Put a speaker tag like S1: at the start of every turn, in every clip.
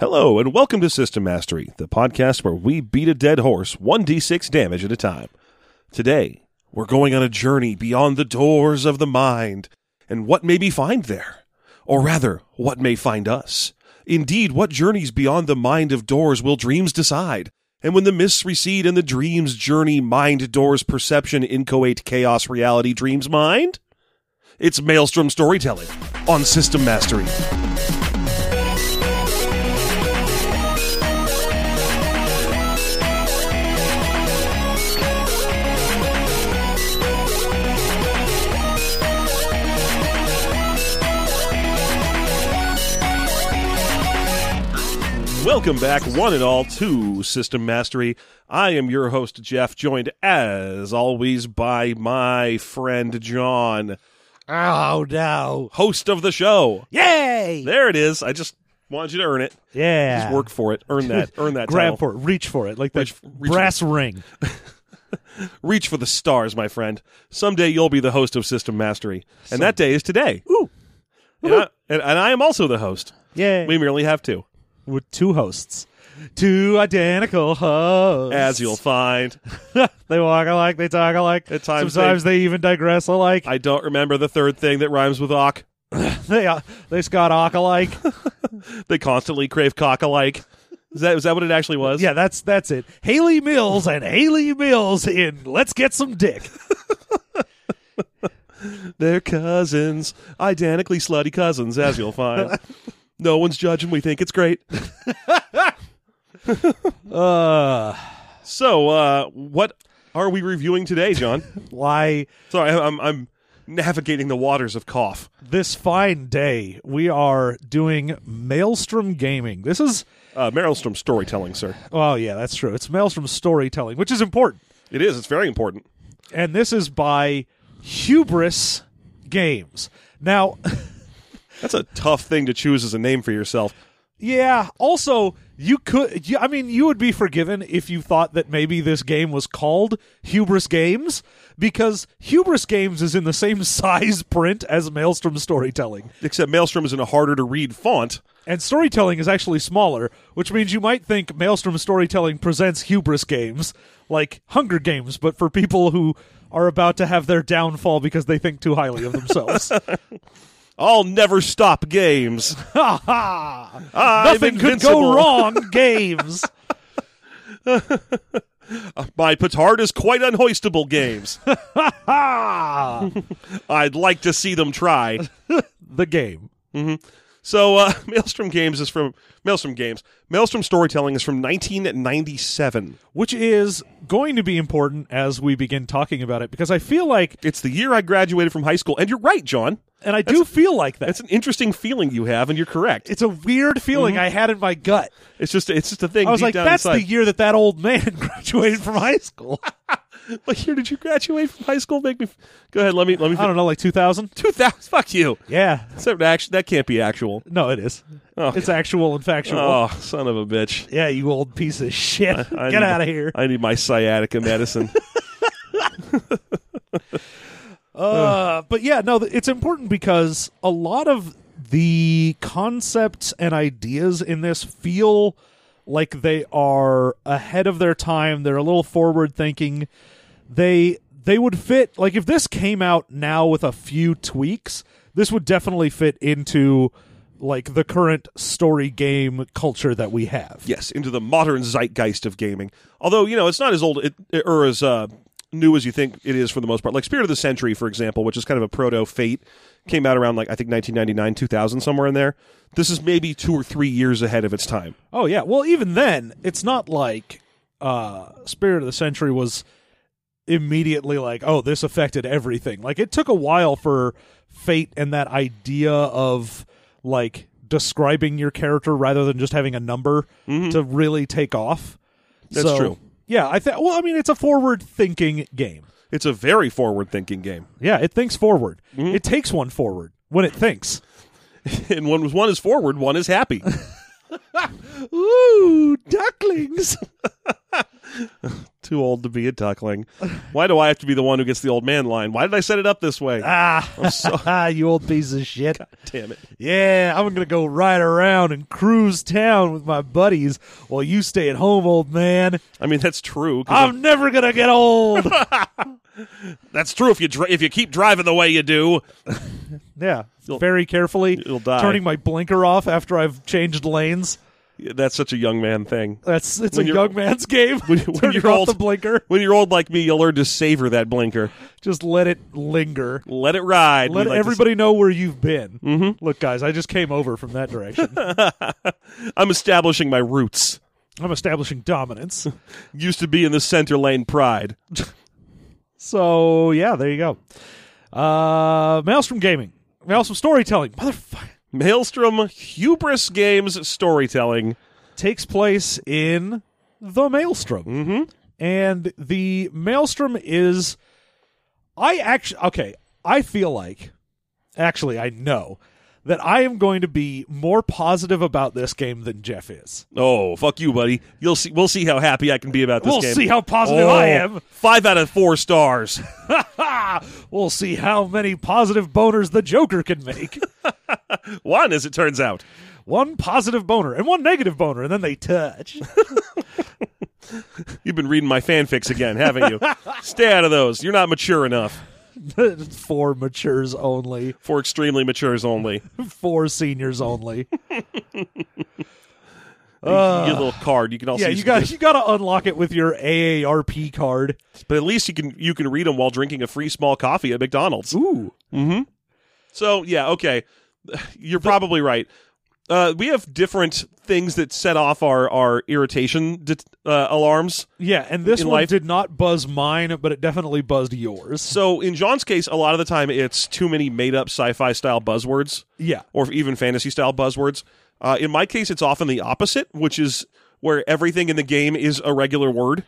S1: Hello, and welcome to System Mastery, the podcast where we beat a dead horse 1d6 damage at a time. Today, we're going on a journey beyond the doors of the mind and what may be find there, or rather, what may find us. Indeed, what journeys beyond the mind of doors will dreams decide? And when the mists recede and the dreams journey, mind doors perception, inchoate chaos reality dreams mind? It's Maelstrom Storytelling on System Mastery. Welcome back, one and all, to System Mastery. I am your host, Jeff, joined as always by my friend John,
S2: Oh no!
S1: host of the show.
S2: Yay!
S1: There it is. I just wanted you to earn it.
S2: Yeah.
S1: Just work for it. Earn that. Earn that.
S2: Grab
S1: title.
S2: for it. Reach for it. Like that
S1: Reach- reach
S2: brass ring.
S1: Reach for the stars, my friend. Someday you'll be the host of System Mastery, and that day is today.
S2: Ooh.
S1: And I, and, and I am also the host.
S2: Yay!
S1: We merely have two,
S2: With two hosts, two identical hosts.
S1: as you'll find.
S2: they walk alike. They talk alike.
S1: At times
S2: Sometimes they, even digress alike.
S1: I don't remember the third thing that rhymes with "ock."
S2: they uh, they Scott Ock alike.
S1: They constantly crave cock alike. Is that is that what it actually was?
S2: yeah, that's that's it. Haley Mills and Haley Mills in Let's Get Some Dick.
S1: They're cousins, identically slutty cousins, as you'll find. no one's judging. We think it's great.
S2: Uh,
S1: So, uh, what are we reviewing today, John?
S2: why?
S1: Sorry, I- I'm, I'm navigating the waters of cough.
S2: This fine day, we are doing Maelstrom Gaming. This is
S1: Uh, Maelstrom storytelling, sir.
S2: Oh yeah, that's true. It's Maelstrom storytelling, which is important.
S1: It is. It's very important.
S2: And this is by Hubris Games. Now,
S1: That's a tough thing to choose as a name for yourself.
S2: yeah, also you could you, I mean, you would be forgiven if you thought that maybe this game was called Hubris Games because Hubris Games is in the same size print as Maelstrom storytelling.
S1: Except Maelstrom is in a harder to read font.
S2: And storytelling is actually smaller, which means you might think Maelstrom Storytelling presents hubris games, like Hunger Games, but for people who are about to have their downfall because they think too highly of themselves.
S1: I'll never stop games.
S2: ha ha!
S1: Ah, I'm
S2: Nothing could
S1: invincible.
S2: go wrong, games.
S1: My petard is quite unhoistable games.
S2: Ha!
S1: I'd like to see them try.
S2: the game.
S1: So uh, Maelstrom Games is from Maelstrom Games. Maelstrom Storytelling is from 1997.
S2: Which is going to be important as we begin talking about it because I feel like,
S1: It's the year I graduated from high school, and you're right, John.
S2: and I do feel like that.
S1: That's an interesting feeling you have, and you're correct.
S2: It's a weird feeling I had in my gut.
S1: It's just it's just a thing.
S2: I was
S1: Mm-hmm. deep
S2: like,
S1: down
S2: that's the
S1: inside.
S2: year that that old man graduated from high school.
S1: What year did you graduate from high school? Make me f- go ahead. Let me let me.
S2: I don't know, like 2000?
S1: Two thousand. Fuck you.
S2: Yeah.
S1: Except act- that can't be actual.
S2: No, it is.
S1: Oh.
S2: It's actual and factual.
S1: Oh, son of a bitch!
S2: Yeah, you old piece of shit.
S1: I
S2: Get
S1: need-
S2: out of here.
S1: I need my sciatica medicine.
S2: Uh, but yeah, no, th- it's important because a lot of the concepts and ideas in this feel like they are ahead of their time. They're a little forward thinking. They they would fit like if this came out now with a few tweaks, this would definitely fit into like the current story game culture that we have.
S1: yes, into the modern zeitgeist of gaming. Although you know it's not as old it, or as uh, new as you think it is for the most part. Like Spirit of the Century, for example, which is kind of a proto Fate, came out around like I think 1999, 2000, somewhere in there. This is maybe two or three years ahead of its time.
S2: Oh yeah. Well, even then, it's not like uh Spirit of the Century was immediately like, oh, this affected everything. Like it took a while for fate and that idea of like describing your character rather than just having a number to really take off.
S1: Mm-hmm. That's
S2: So,
S1: true.
S2: Yeah, I think well, I mean, it's a forward-thinking game.
S1: It's a very forward-thinking game,
S2: Yeah, it thinks forward.
S1: Mm-hmm.
S2: It takes one forward when it thinks.
S1: and when one is forward, one is happy.
S2: Ooh, ducklings.
S1: too old to be a duckling. Why do I have to be the one who gets the old man line? Why did I set it up this way?
S2: Ah, you old piece of shit.
S1: Damn it.
S2: Yeah, I'm gonna go ride around and cruise town with my buddies while you stay at home, old man.
S1: I mean, that's true. 'cause
S2: I'm never gonna get old.
S1: That's true. If you dri- if you keep driving the way you do,
S2: yeah, very carefully.
S1: You'll die.
S2: Turning my blinker off after I've changed lanes.
S1: that's such a young man thing.
S2: That's it's
S1: When
S2: a
S1: you're-
S2: young man's game.
S1: When, when
S2: Turning
S1: you're
S2: off
S1: old,
S2: the blinker,
S1: When you're old like me, you'll learn to savor that blinker.
S2: just let it linger.
S1: Let it ride.
S2: Let
S1: we like to
S2: everybody know where you've been. Mm-hmm. Look, guys, I just came over from that direction.
S1: say. I'm establishing my roots.
S2: I'm establishing dominance.
S1: Used to be in the center lane pride.
S2: So yeah, there you go. Uh, Maelstrom Gaming, Maelstrom Storytelling, motherfucker,
S1: Maelstrom hubris games storytelling.
S2: takes place in the Maelstrom, mm-hmm. and the Maelstrom is. I actually okay. I feel like, actually, I know that I am going to be more positive about this game than Jeff is.
S1: Oh, fuck you, buddy. You'll see. We'll see how happy I can be about this
S2: We'll
S1: game. Oh,
S2: see how positive I am.
S1: Five out of four stars.
S2: we'll see how many positive boners the Joker can make.
S1: One, as it turns out.
S2: one positive boner and one negative boner, and then they touch.
S1: You've been reading my fanfics again, haven't you? Stay out of those. You're not mature enough.
S2: for matures only,
S1: For extremely matures only.
S2: for seniors only.
S1: you get a little card. You can also
S2: Uh, yeah,
S1: use
S2: you got you got to unlock it with your AARP card.
S1: but at least you can you can read them while drinking a free small coffee at McDonald's.
S2: Ooh,
S1: So yeah, okay, you're probably right. Uh, we have different things that set off our our irritation det- uh, alarms.
S2: yeah, and this
S1: In
S2: one
S1: life-
S2: did not buzz mine, but it definitely buzzed yours.
S1: So in John's case, a lot of the time it's too many made up sci-fi style buzzwords,
S2: Yeah,
S1: or even fantasy style buzzwords. Uh, in my case, it's often the opposite, which is where everything in the game is a regular word.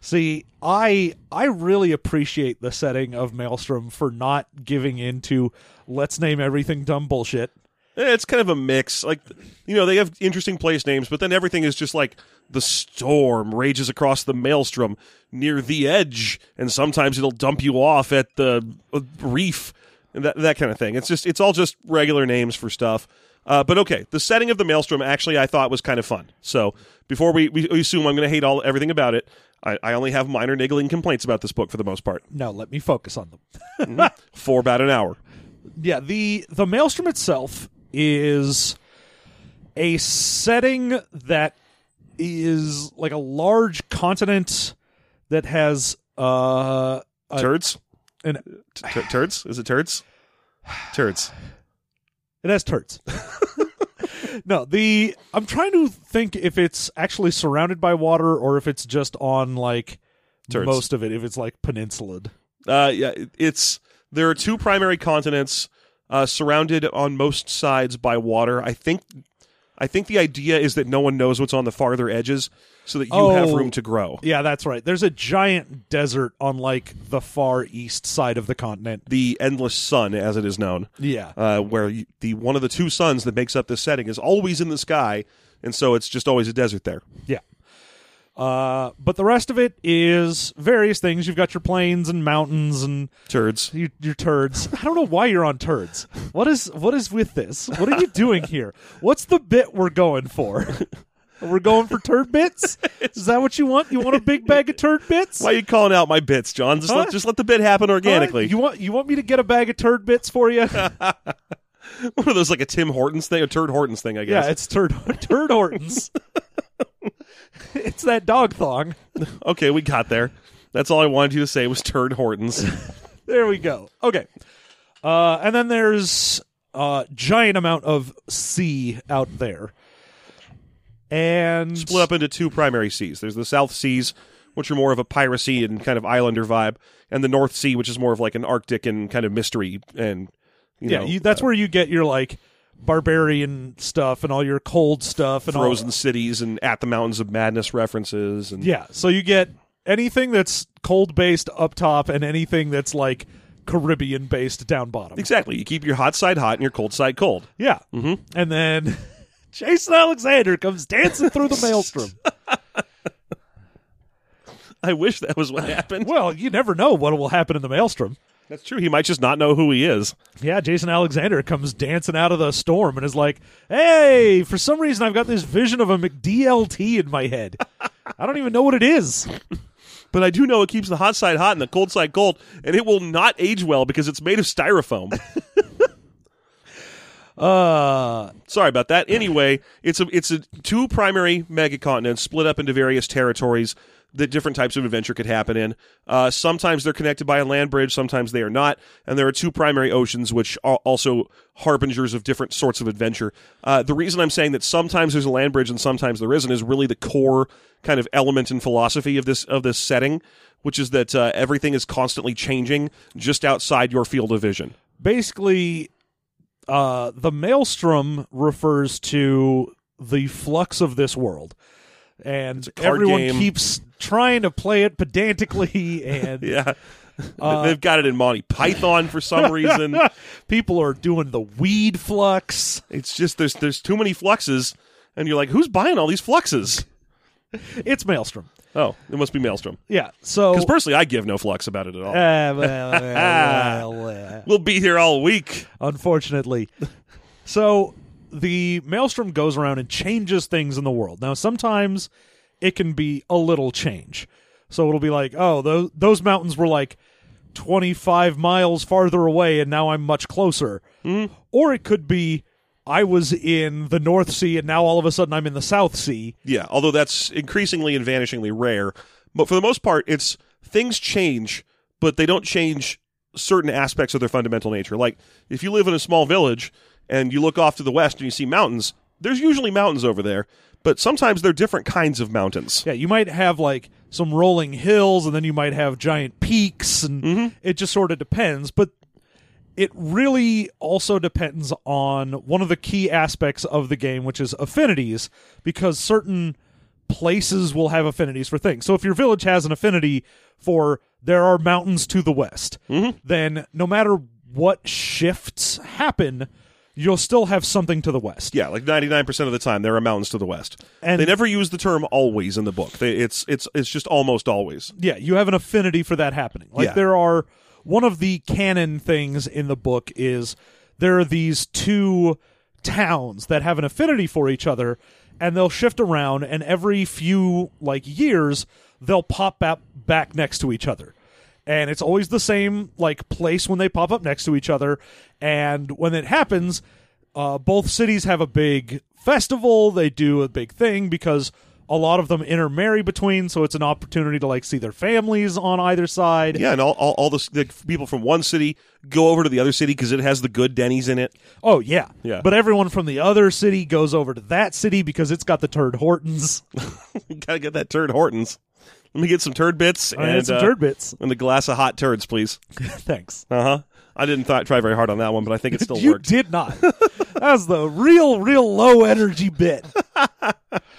S2: see, I I really appreciate the setting of Maelstrom for not giving in to let's name everything dumb bullshit.
S1: Eh, It's kind of a mix. Like, you know, they have interesting place names, but then everything is just like the storm rages across the maelstrom near the edge, and sometimes it'll dump you off at the uh, reef, and that, that kind of thing. It's just, it's all just regular names for stuff. Uh, but okay, the setting of the maelstrom actually I thought was kind of fun. So before we, we assume I'm going to hate all everything about it, I, I only have minor niggling complaints about this book for the most part.
S2: Now let me focus on them.
S1: For about an hour,
S2: yeah the the maelstrom itself is a setting that is like a large continent that has uh a-
S1: turds,
S2: an
S1: T- tur- turds, is it turds, turds.
S2: it has turds no the i'm trying to think if it's actually surrounded by water or if it's just on like
S1: Turds.
S2: most of it if it's like peninsulaed
S1: Uh, yeah, it's there are two primary continents uh, surrounded on most sides by water. I think, I think the idea is that no one knows what's on the farther edges, so that you have
S2: Oh.
S1: room to grow.
S2: yeah that's right there's a giant desert on like the far east side of the continent
S1: The endless sun, as it is known,
S2: yeah
S1: uh, where you, the one of the two suns that makes up this setting is always in the sky, and so it's just always a desert there.
S2: Yeah. Uh, but the rest of it is various things. You've got your plains and mountains and
S1: Turds.
S2: your, your turds. I don't know why you're on turds. What is what is with this? What are you doing here? What's the bit we're going for? We're going for turd bits. Is that what you want? You want a big bag of turd bits?
S1: Why are you calling out my bits, John? Just
S2: Huh?
S1: let just let the bit happen
S2: Huh?
S1: organically.
S2: You want you want me to get a bag of turd bits for you?
S1: One of those like a Tim Hortons thing, a Turd Hortons thing, I guess.
S2: yeah, it's turd turd Hortons. it's that dog thong.
S1: Okay, we got there. That's all I wanted you to say was Turd Hortons.
S2: There we go. Okay. Uh, and then there's a giant amount of sea out there. And
S1: split up into two primary seas. There's the South Seas, which are more of a piracy and kind of islander vibe, and the North Sea, which is more of like an Arctic and kind of mystery and you
S2: yeah,
S1: know
S2: you, that's where you get your like barbarian stuff and all your cold stuff and
S1: frozen
S2: all.
S1: cities and at the mountains of madness references and
S2: Yeah, so you get anything that's cold based up top and anything that's like Caribbean based down bottom.
S1: exactly. You keep your hot side hot and your cold side cold.
S2: Yeah. Mm-hmm. And then Jason Alexander comes dancing through the maelstrom.
S1: I wish that was what happened.
S2: Well, you never know what will happen in the maelstrom.
S1: That's true. He might just not know who he is.
S2: Yeah, Jason Alexander comes dancing out of the storm and is like, "Hey, for some reason I've got this vision of a McDLT in my head. I don't even know what it is."
S1: But I do know it keeps the hot side hot and the cold side cold, and it will not age well because it's made of styrofoam.
S2: Uh,
S1: Sorry about that. Anyway, it's a it's a two primary megacontinents split up into various territories that different types of adventure could happen in. Uh, sometimes they're connected by a land bridge, sometimes they are not, and there are two primary oceans which are also harbingers of different sorts of adventure. Uh, the reason I'm saying that sometimes there's a land bridge and sometimes there isn't is really the core kind of element and philosophy of this of this setting, which is that uh, everything is constantly changing just outside your field of vision.
S2: basically uh, the maelstrom refers to the flux of this world and
S1: card
S2: everyone
S1: game.
S2: keeps trying to play it pedantically and
S1: Yeah. They've got it in Monty Python for some reason.
S2: people are doing the weed flux
S1: It's just there's there's too many fluxes, and you're like, who's buying all these fluxes?
S2: it's maelstrom
S1: Oh, it must be Maelstrom.
S2: yeah so
S1: Because personally, I give no flux about it at all.
S2: Uh, well, well, well, well.
S1: we'll be here all week.
S2: unfortunately. so the maelstrom goes around and changes things in the world. Now, sometimes it can be a little change. So it'll be like, oh, those, those mountains were like 25 miles farther away, and now I'm much closer. Or it could be, I was in the North Sea, and now all of a sudden I'm in the South Sea.
S1: Yeah, although that's increasingly and vanishingly rare. But for the most part, it's things change, but they don't change certain aspects of their fundamental nature. Like if you live in a small village and you look off to the west and you see mountains, there's usually mountains over there, but sometimes they're different kinds of mountains.
S2: Yeah, you might have like some rolling hills, and then you might have giant peaks, and it just sort of depends. But it really also depends on one of the key aspects of the game, which is affinities, because certain places will have affinities for things. So if your village has an affinity for there are mountains to the west, then no matter what shifts happen, you'll still have something to the west.
S1: Yeah, like ninety nine percent of the time, there are mountains to the west.
S2: And-
S1: they never use the term "always" in the book. They, it's it's it's just almost always.
S2: yeah, you have an affinity for that happening. Like
S1: Yeah.
S2: there are one of the canon things in the book is there are these two towns that have an affinity for each other and they'll shift around and every few like years they'll pop up back next to each other. And it's always the same like place when they pop up next to each other and when it happens uh, both cities have a big festival. They do a big thing because a lot of them intermarry between, so it's an opportunity to like see their families on either side.
S1: Yeah, and all all, all the, s- the people from one city go over to the other city because it has the good Denny's in it.
S2: Oh yeah,
S1: Yeah.
S2: But everyone from the other city goes over to that city because it's got the turd Hortons
S1: Gotta get that turd Hortons. Let me get some turd bits and,
S2: and, some
S1: uh,
S2: turd bits.
S1: and a glass of hot turds, please.
S2: Thanks.
S1: Uh huh. I didn't th- try very hard on that one, but I think it still
S2: you
S1: worked.
S2: did not. that was the real, real low energy bit.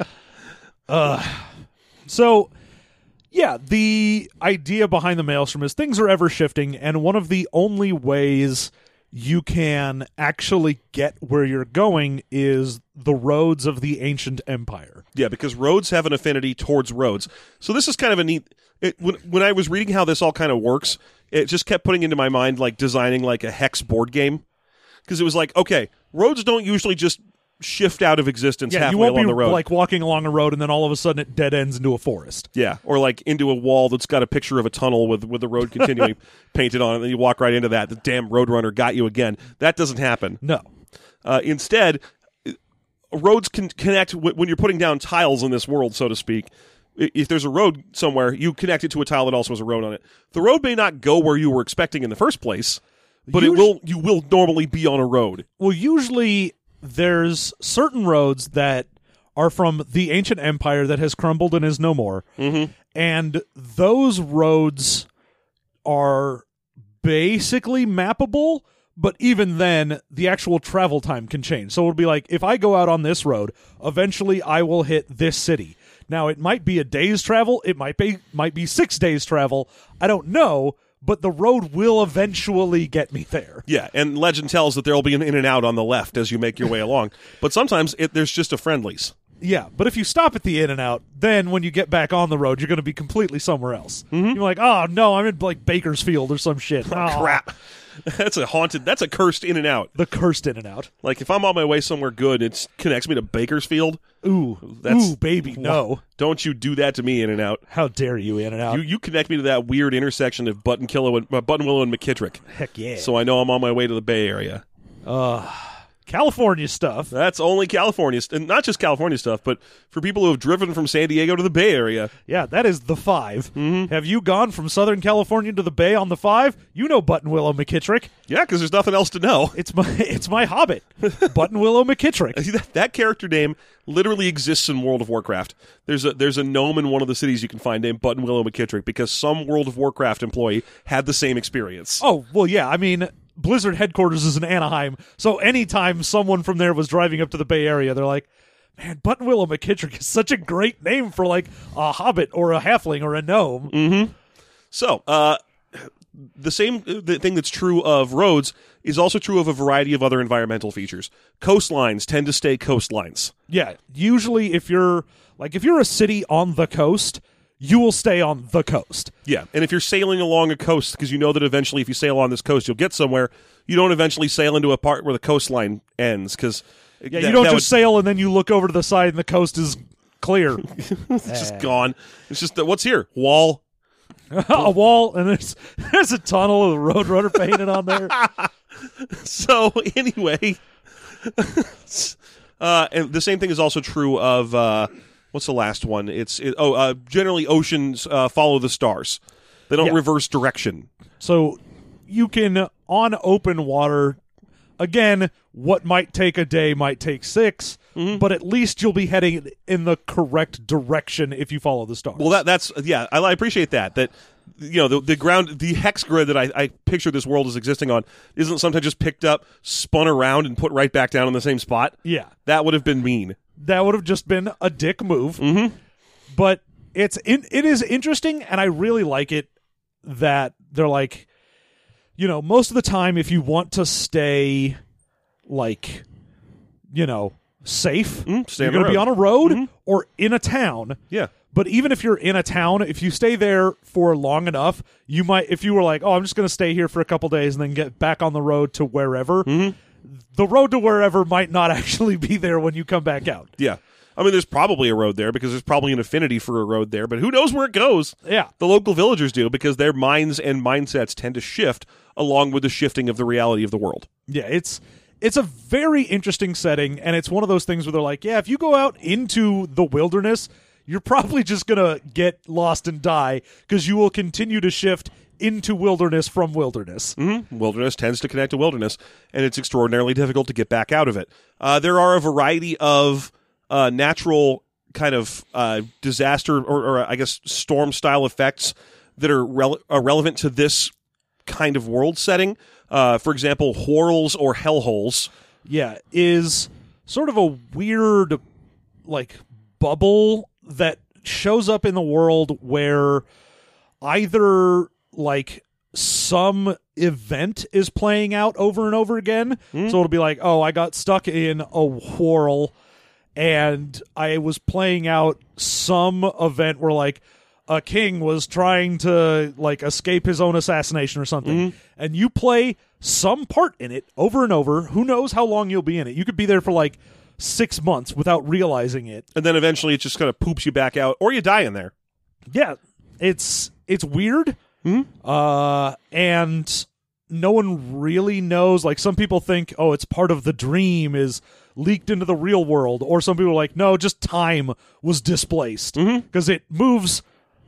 S2: uh, so, yeah, the idea behind the maelstrom is things are ever shifting, and one of the only ways you can actually get where you're going is the roads of the ancient empire.
S1: Yeah, because roads have an affinity towards roads. So this is kind of a neat. It, when when I was reading how this all kind of works, it just kept putting into my mind like designing like a hex board game because it was like, okay, roads don't usually just shift out of existence
S2: Yeah,
S1: halfway
S2: you won't
S1: along
S2: be
S1: the road.
S2: like walking along a road and then all of a sudden it dead ends into a forest.
S1: yeah, or like into a wall that's got a picture of a tunnel with with the road continuing painted on it, and then you walk right into that. The damn roadrunner got you again. That doesn't happen.
S2: No.
S1: Uh, instead, uh, roads can connect w- when you're putting down tiles in this world, so to speak. i- If there's a road somewhere, you connect it to a tile that also has a road on it. The road may not go where you were expecting in the first place, but it
S2: Usu-
S1: will. You will normally be on a road.
S2: well usually there's certain roads that are from the ancient empire that has crumbled and is no more mm-hmm. and those roads are basically mappable but even then the actual travel time can change so it'll be like if i go out on this road eventually i will hit this city now it might be a day's travel it might be might be 6 days travel i don't know but the road will eventually get me there
S1: Yeah, and legend tells that there will be an in and out on the left as you make your way along. But sometimes it, there's just a friendlies.
S2: Yeah, but if you stop at the in and out, then when you get back on the road, you're going to be completely somewhere else. You're like, oh no, I'm in like Bakersfield or some shit. Aw,
S1: Mm-hmm. Crap. That's a haunted. That's a cursed in and out.
S2: the cursed in and out.
S1: Like if I'm on my way somewhere good, it connects me to Bakersfield.
S2: Ooh,
S1: That's-
S2: ooh, baby, no!
S1: Don't you do that to me, in and out.
S2: How dare you, in and out?
S1: You you connect me to that weird intersection of Button Killow and uh, Buttonwillow and McKittrick,
S2: Heck yeah!
S1: so I know I'm on my way to the Bay Area.
S2: California stuff.
S1: That's only California, st- and not just California stuff, but for people who have driven from San Diego to the Bay Area.
S2: Yeah, that is the 5
S1: Mm-hmm.
S2: Have you gone from Southern California to the Bay on the five? You know Button Willow McKittrick.
S1: Yeah, because there's nothing else to know.
S2: It's my it's my Hobbit, Button Willow McKittrick.
S1: See, That, that character name literally exists in World of Warcraft. There's a there's a gnome in one of the cities you can find named Button Willow McKittrick because some World of Warcraft employee had the same experience.
S2: Oh well, yeah. I mean, Blizzard headquarters is in Anaheim, so anytime someone from there was driving up to the Bay Area, they're like, "Man, Button Willow McKittrick is such a great name for like a Hobbit or a Halfling or a gnome."
S1: So, uh, the same uh, the thing that's true of roads is also true of a variety of other environmental features. Coastlines tend to stay coastlines.
S2: Yeah, usually if you're like if you're a city on the coast, you will stay on the coast.
S1: Yeah, and if you're sailing along a coast, because you know that eventually, if you sail on this coast, you'll get somewhere. You don't eventually sail into a part where the coastline ends, because
S2: Yeah, you don't just sail and then you look over to the side and the coast is clear.
S1: it's just gone. It's just that what's here wall.
S2: a wall and there's there's a tunnel with a roadrunner painted on there.
S1: So anyway, uh, and the same thing is also true of uh, what's the last one? It's it, oh, uh, generally oceans uh, follow the stars. They don't
S2: Yeah.
S1: reverse direction.
S2: So you can on open water again, what might take a day might take 6 but at least you'll be heading in the correct direction if you follow the star.
S1: Well, that that's yeah, I, I appreciate that. That you know the, the ground, the hex grid that I, I picture this world as existing on isn't sometimes just picked up, spun around, and put right back down in the same spot.
S2: yeah.
S1: That would have been mean.
S2: that would have just been a dick move. But it's in, it is interesting, and I really like it that they're like, you know, most of the time, if you want to stay, like, you know, safe,
S1: stay
S2: you're
S1: on the
S2: going to
S1: road.
S2: be on a road or in a town.
S1: Yeah.
S2: But even if you're in a town, if you stay there for long enough, you might. If you were like, "Oh, I'm just going to stay here for a couple days and then get back on the road to wherever," the road to wherever might not actually be there when you come back out.
S1: Yeah. I mean, there's probably a road there because there's probably an affinity for a road there, but who knows where it goes?
S2: Yeah.
S1: The local villagers do because their minds and mindsets tend to shift along with the shifting of the reality of the world.
S2: Yeah, it's it's a very interesting setting, and it's one of those things where they're like, yeah, if you go out into the wilderness, you're probably just gonna get lost and die because you will continue to shift into wilderness from wilderness.
S1: Mm-hmm. Wilderness tends to connect to wilderness, and it's extraordinarily difficult to get back out of it. Uh, there are a variety of uh, natural kind of uh, disaster or, or I guess storm style effects that are, rele- are relevant to this kind of world setting. Uh, for example, whorls or hellholes.
S2: Yeah, is sort of a weird like bubble that shows up in the world where either like some event is playing out over and over again. So it'll be like, oh, I got stuck in a whirl and I was playing out some event where like a king was trying to like escape his own assassination or something. And you play some part in it over and over. Who knows how long you'll be in it? You could be there for like six months without realizing it.
S1: and then eventually it just kind of poops you back out, or you die in there.
S2: yeah, it's it's weird. Uh, and no one really knows. Like some people think, oh, it's part of the dream is leaked into the real world, or some people are like, no, just time was displaced because it moves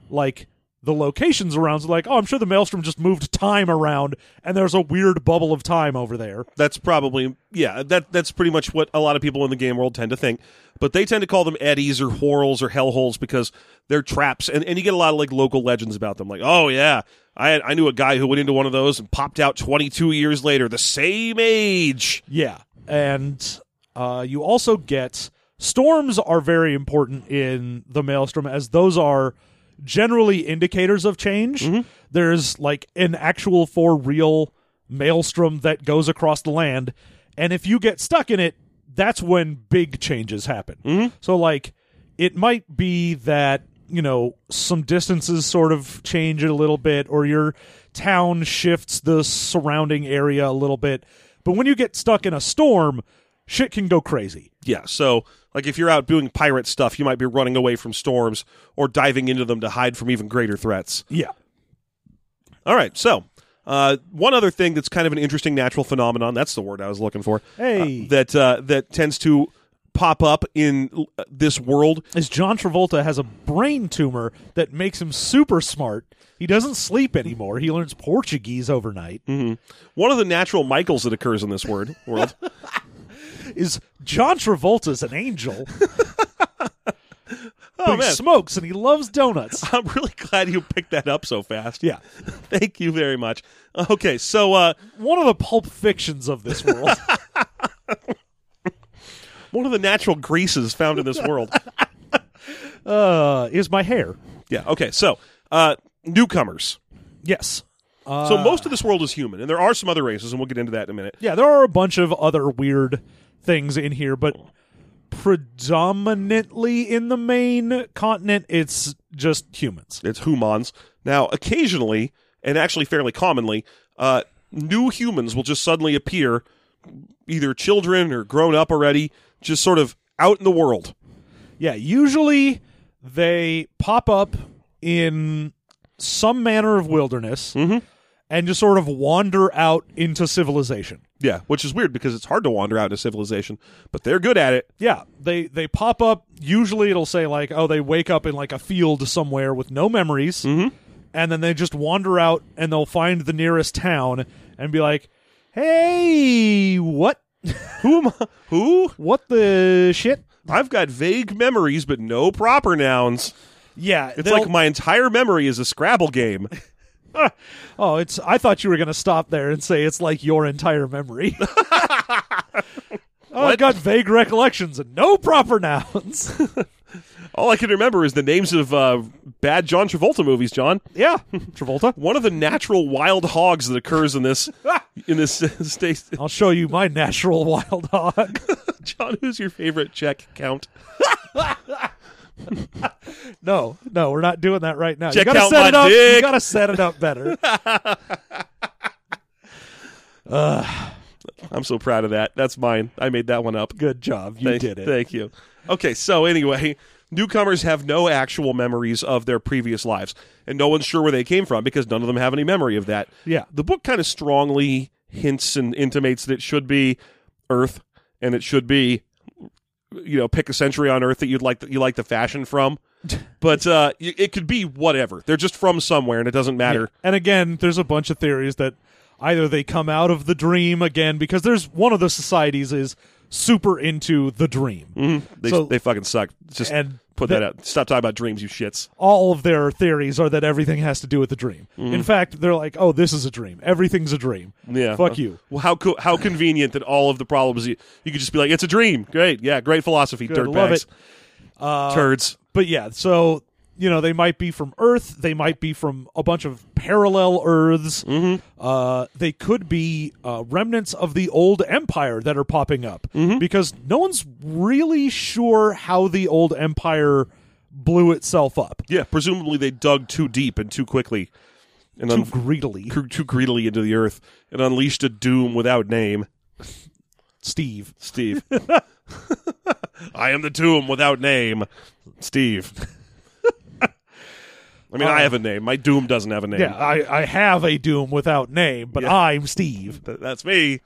S2: like the locations around. So like, oh, I'm sure the maelstrom just moved time around, and there's a weird bubble of time over there.
S1: That's probably yeah. That that's pretty much what a lot of people in the game world tend to think, but they tend to call them eddies or whorls or hellholes because they're traps, and, and you get a lot of like local legends about them. Like, oh yeah, I I knew a guy who went into one of those and popped out 22 years later, the same age.
S2: Yeah, and uh, you also get storms are very important in the maelstrom as those are generally indicators of change. There's like an actual for real maelstrom that goes across the land, and if you get stuck in it, that's when big changes happen. So like it might be that you know some distances sort of change a little bit or your town shifts the surrounding area a little bit. But when you get stuck in a storm, shit can go crazy.
S1: Yeah, so like if you're out doing pirate stuff, you might be running away from storms or diving into them to hide from even greater threats.
S2: Yeah.
S1: All right, so uh, one other thing that's kind of an interesting natural phenomenon, that's the word I was looking for,
S2: Hey.
S1: that uh, that tends to pop up in l- this world
S2: is John Travolta has a brain tumor that makes him super smart. He doesn't sleep anymore. He learns Portuguese overnight.
S1: Mm. one of the natural Michaels that occurs in this word world.
S2: Is John Travolta's an angel?
S1: oh
S2: he
S1: man,
S2: smokes and he loves donuts.
S1: I'm really glad you picked that up so fast.
S2: Yeah.
S1: Thank you very much. Okay, so uh,
S2: One of the pulp fictions of this world.
S1: one of the natural greases found in this world.
S2: uh, is my hair.
S1: yeah. Okay, so uh, newcomers.
S2: Yes.
S1: So
S2: Ah.
S1: most of this world is human, and there are some other races, and we'll get into that in a minute.
S2: Yeah, there are a bunch of other weird things in here, but predominantly in the main continent, it's just humans.
S1: It's humans. Now, occasionally, and actually fairly commonly, uh, new humans will just suddenly appear, either children or grown up already, just sort of out in the world.
S2: Yeah, usually they pop up in some manner of wilderness and just sort of wander out into civilization.
S1: Yeah, which is weird because it's hard to wander out into civilization, but they're good at it.
S2: Yeah, they they pop up. Usually it'll say like, oh, they wake up in like a field somewhere with no memories, and then they just wander out and they'll find the nearest town and be like, hey, what,
S1: Who am I? Who?
S2: what the shit?
S1: I've got vague memories, but no proper nouns.
S2: Yeah,
S1: It's like my entire memory is a Scrabble game.
S2: Oh, it's. I thought you were going to stop there and say it's like your entire memory. oh, I got vague recollections and no proper nouns.
S1: All I can remember is the names of uh, bad John Travolta movies, John.
S2: yeah, Travolta.
S1: one of the natural wild hogs that occurs in this in this state.
S2: I'll show you my natural wild hog.
S1: John, who's your favorite Czech count?
S2: No, no, we're not doing that right now.
S1: Check
S2: you gotta
S1: out
S2: set
S1: my
S2: it up. You
S1: dick.
S2: gotta set it up better.
S1: I'm so proud of that. That's mine. I made that one up.
S2: Good job, you
S1: Thank-
S2: did it.
S1: Thank you. Okay, so anyway, newcomers have no actual memories of their previous lives, and no one's sure where they came from because none of them have any memory of that.
S2: Yeah.
S1: The book kind of strongly hints and intimates that it should be Earth, and it should be, you know, pick a century on Earth that you'd like that you like the fashion from. But uh, y- it could be whatever. They're just from somewhere, and it doesn't matter.
S2: And again, there's a bunch of theories that either they come out of the dream again because there's one of the societies is super into the dream.
S1: Mm-hmm. They,
S2: So-
S1: they fucking suck. Just
S2: And
S1: put
S2: the-
S1: that out. Stop talking about dreams, you shits.
S2: all of their theories are that everything has to do with the dream. In fact, they're like, "Oh, this is a dream. Everything's a dream."
S1: Mm-hmm. Yeah.
S2: Fuck you.
S1: Well, how co- how convenient that all of the problems you, you could just be like, it's a dream. Great, yeah, great philosophy.
S2: Good,
S1: Dirt
S2: love
S1: bags,
S2: it. Uh,
S1: turds.
S2: But yeah, so you know, they might be from Earth. They might be from a bunch of parallel Earths. Uh, they could be uh, remnants of the old empire that are popping up because no one's really sure how the old empire blew itself up
S1: Yeah, presumably they dug too deep and too quickly, and
S2: too
S1: un-
S2: greedily.
S1: too, too greedily into the earth, and unleashed a doom without name.
S2: Steve,
S1: Steve, I am the doom without name. Steve. I mean, I have a name. My doom doesn't have a name.
S2: Uh, yeah, I, I have a doom without name, but I'm Steve.
S1: Th- that's me.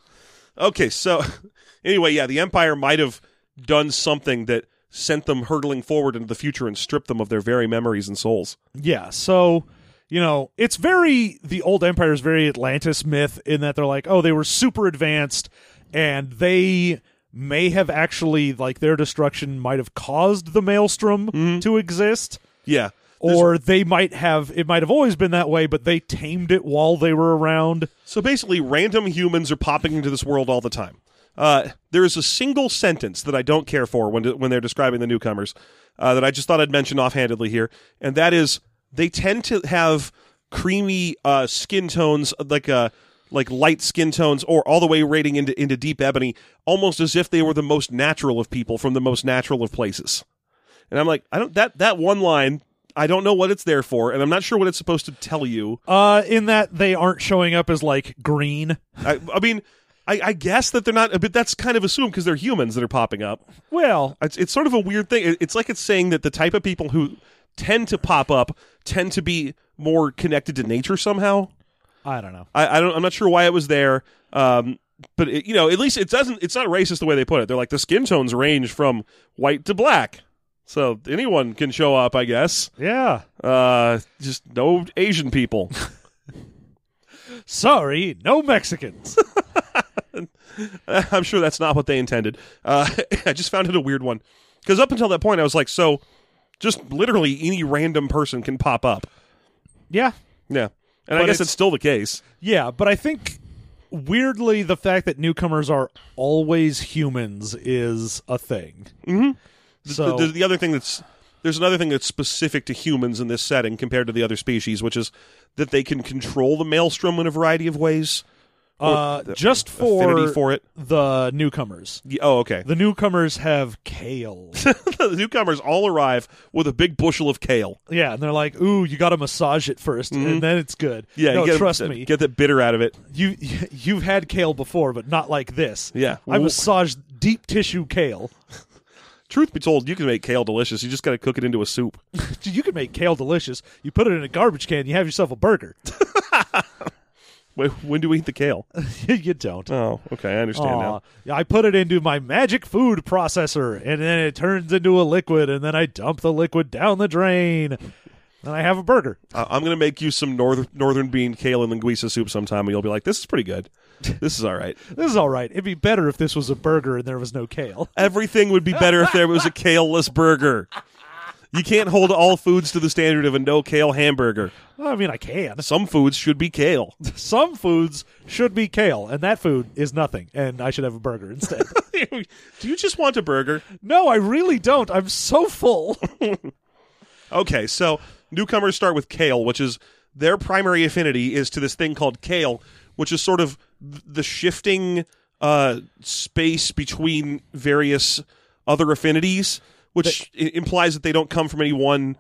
S1: Okay, so anyway, yeah, the Empire might have done something that sent them hurtling forward into the future and stripped them of their very memories and souls.
S2: Yeah, so you know, it's very the old empire is very Atlantis myth in that they're like, oh, they were super advanced, and they may have actually like their destruction might have caused the maelstrom to exist,
S1: Yeah.
S2: or they might have it might have always been that way, but they tamed it while they were around.
S1: So basically, random humans are popping into this world all the time. Uh, there is a single sentence that I don't care for when when they're describing the newcomers uh, that I just thought I'd mention offhandedly here, and that is they tend to have creamy uh, skin tones like a like light skin tones or all the way rating into into deep ebony, almost as if they were the most natural of people from the most natural of places. And I'm like, I don't that that one line. I don't know what it's there for, and I'm not sure what it's supposed to tell you.
S2: Uh, in that they aren't showing up as like green.
S1: I, I mean, I, I guess that they're not, but that's kind of assumed because they're humans that are popping up.
S2: Well,
S1: It's, it's sort of a weird thing. It- It's like it's saying that the type of people who tend to pop up tend to be more connected to nature somehow.
S2: I don't know.
S1: I, I don't. I'm not sure why it was there. Um, but it, you know, at least it doesn't. It's not racist the way they put it. They're like the skin tones range from white to black, so anyone can show up, I guess.
S2: Yeah.
S1: Uh, just no Asian people.
S2: Sorry, no Mexicans.
S1: I'm sure that's not what they intended. Uh, I just found it a weird one because up until that point, I was like, so just literally any random person can pop up.
S2: yeah.
S1: Yeah, and I
S2: But
S1: guess
S2: it's-
S1: it's still the case.
S2: Yeah, but I think weirdly the fact that newcomers are always humans is a thing. So
S1: the, the, the other thing that's there's another thing that's specific to humans in this setting compared to the other species, which is that they can control the maelstrom in a variety of ways.
S2: uh, just for,
S1: affinity for it.
S2: the newcomers.
S1: Ye- Oh, okay.
S2: The newcomers have kale.
S1: the newcomers all arrive with a big bushel of kale.
S2: yeah, and they're like, "Ooh, you got to massage it 1st and then it's good."
S1: Mm-hmm. Yeah,
S2: no,
S1: you get,
S2: trust
S1: that-
S2: me.
S1: Get that bitter out of it.
S2: you you've had kale before, but not like this.
S1: Yeah.
S2: I massaged deep tissue kale.
S1: Truth be told, you can make kale delicious. You just got to cook it into a soup.
S2: you can make kale delicious. You put it in a garbage can, you have yourself a burger.
S1: Wait, when do we eat the kale?
S2: you don't.
S1: Oh, okay, I understand
S2: Aw.
S1: now.
S2: Yeah, I put it into my magic food processor, and then it turns into a liquid, and then I dump the liquid down the drain. Then I have a burger.
S1: I- I'm going to make you some northern northern bean kale and linguica soup sometime, and you'll be like, "This is pretty good. This is all right."
S2: This is all right. It'd be better if this was a burger and there was no kale.
S1: Everything would be better if there was a kaleless burger. You can't hold all foods to the standard of a no kale hamburger.
S2: I mean, I can.
S1: Some foods should be kale.
S2: Some foods should be kale, and that food is nothing, and I should have a burger instead.
S1: Do you just want a burger?
S2: no, I really don't. I'm so full.
S1: Okay, so newcomers start with kale, which is their primary affinity is to this thing called kale, which is sort of th- the shifting uh, space between various other affinities, which i- implies that they don't come from any one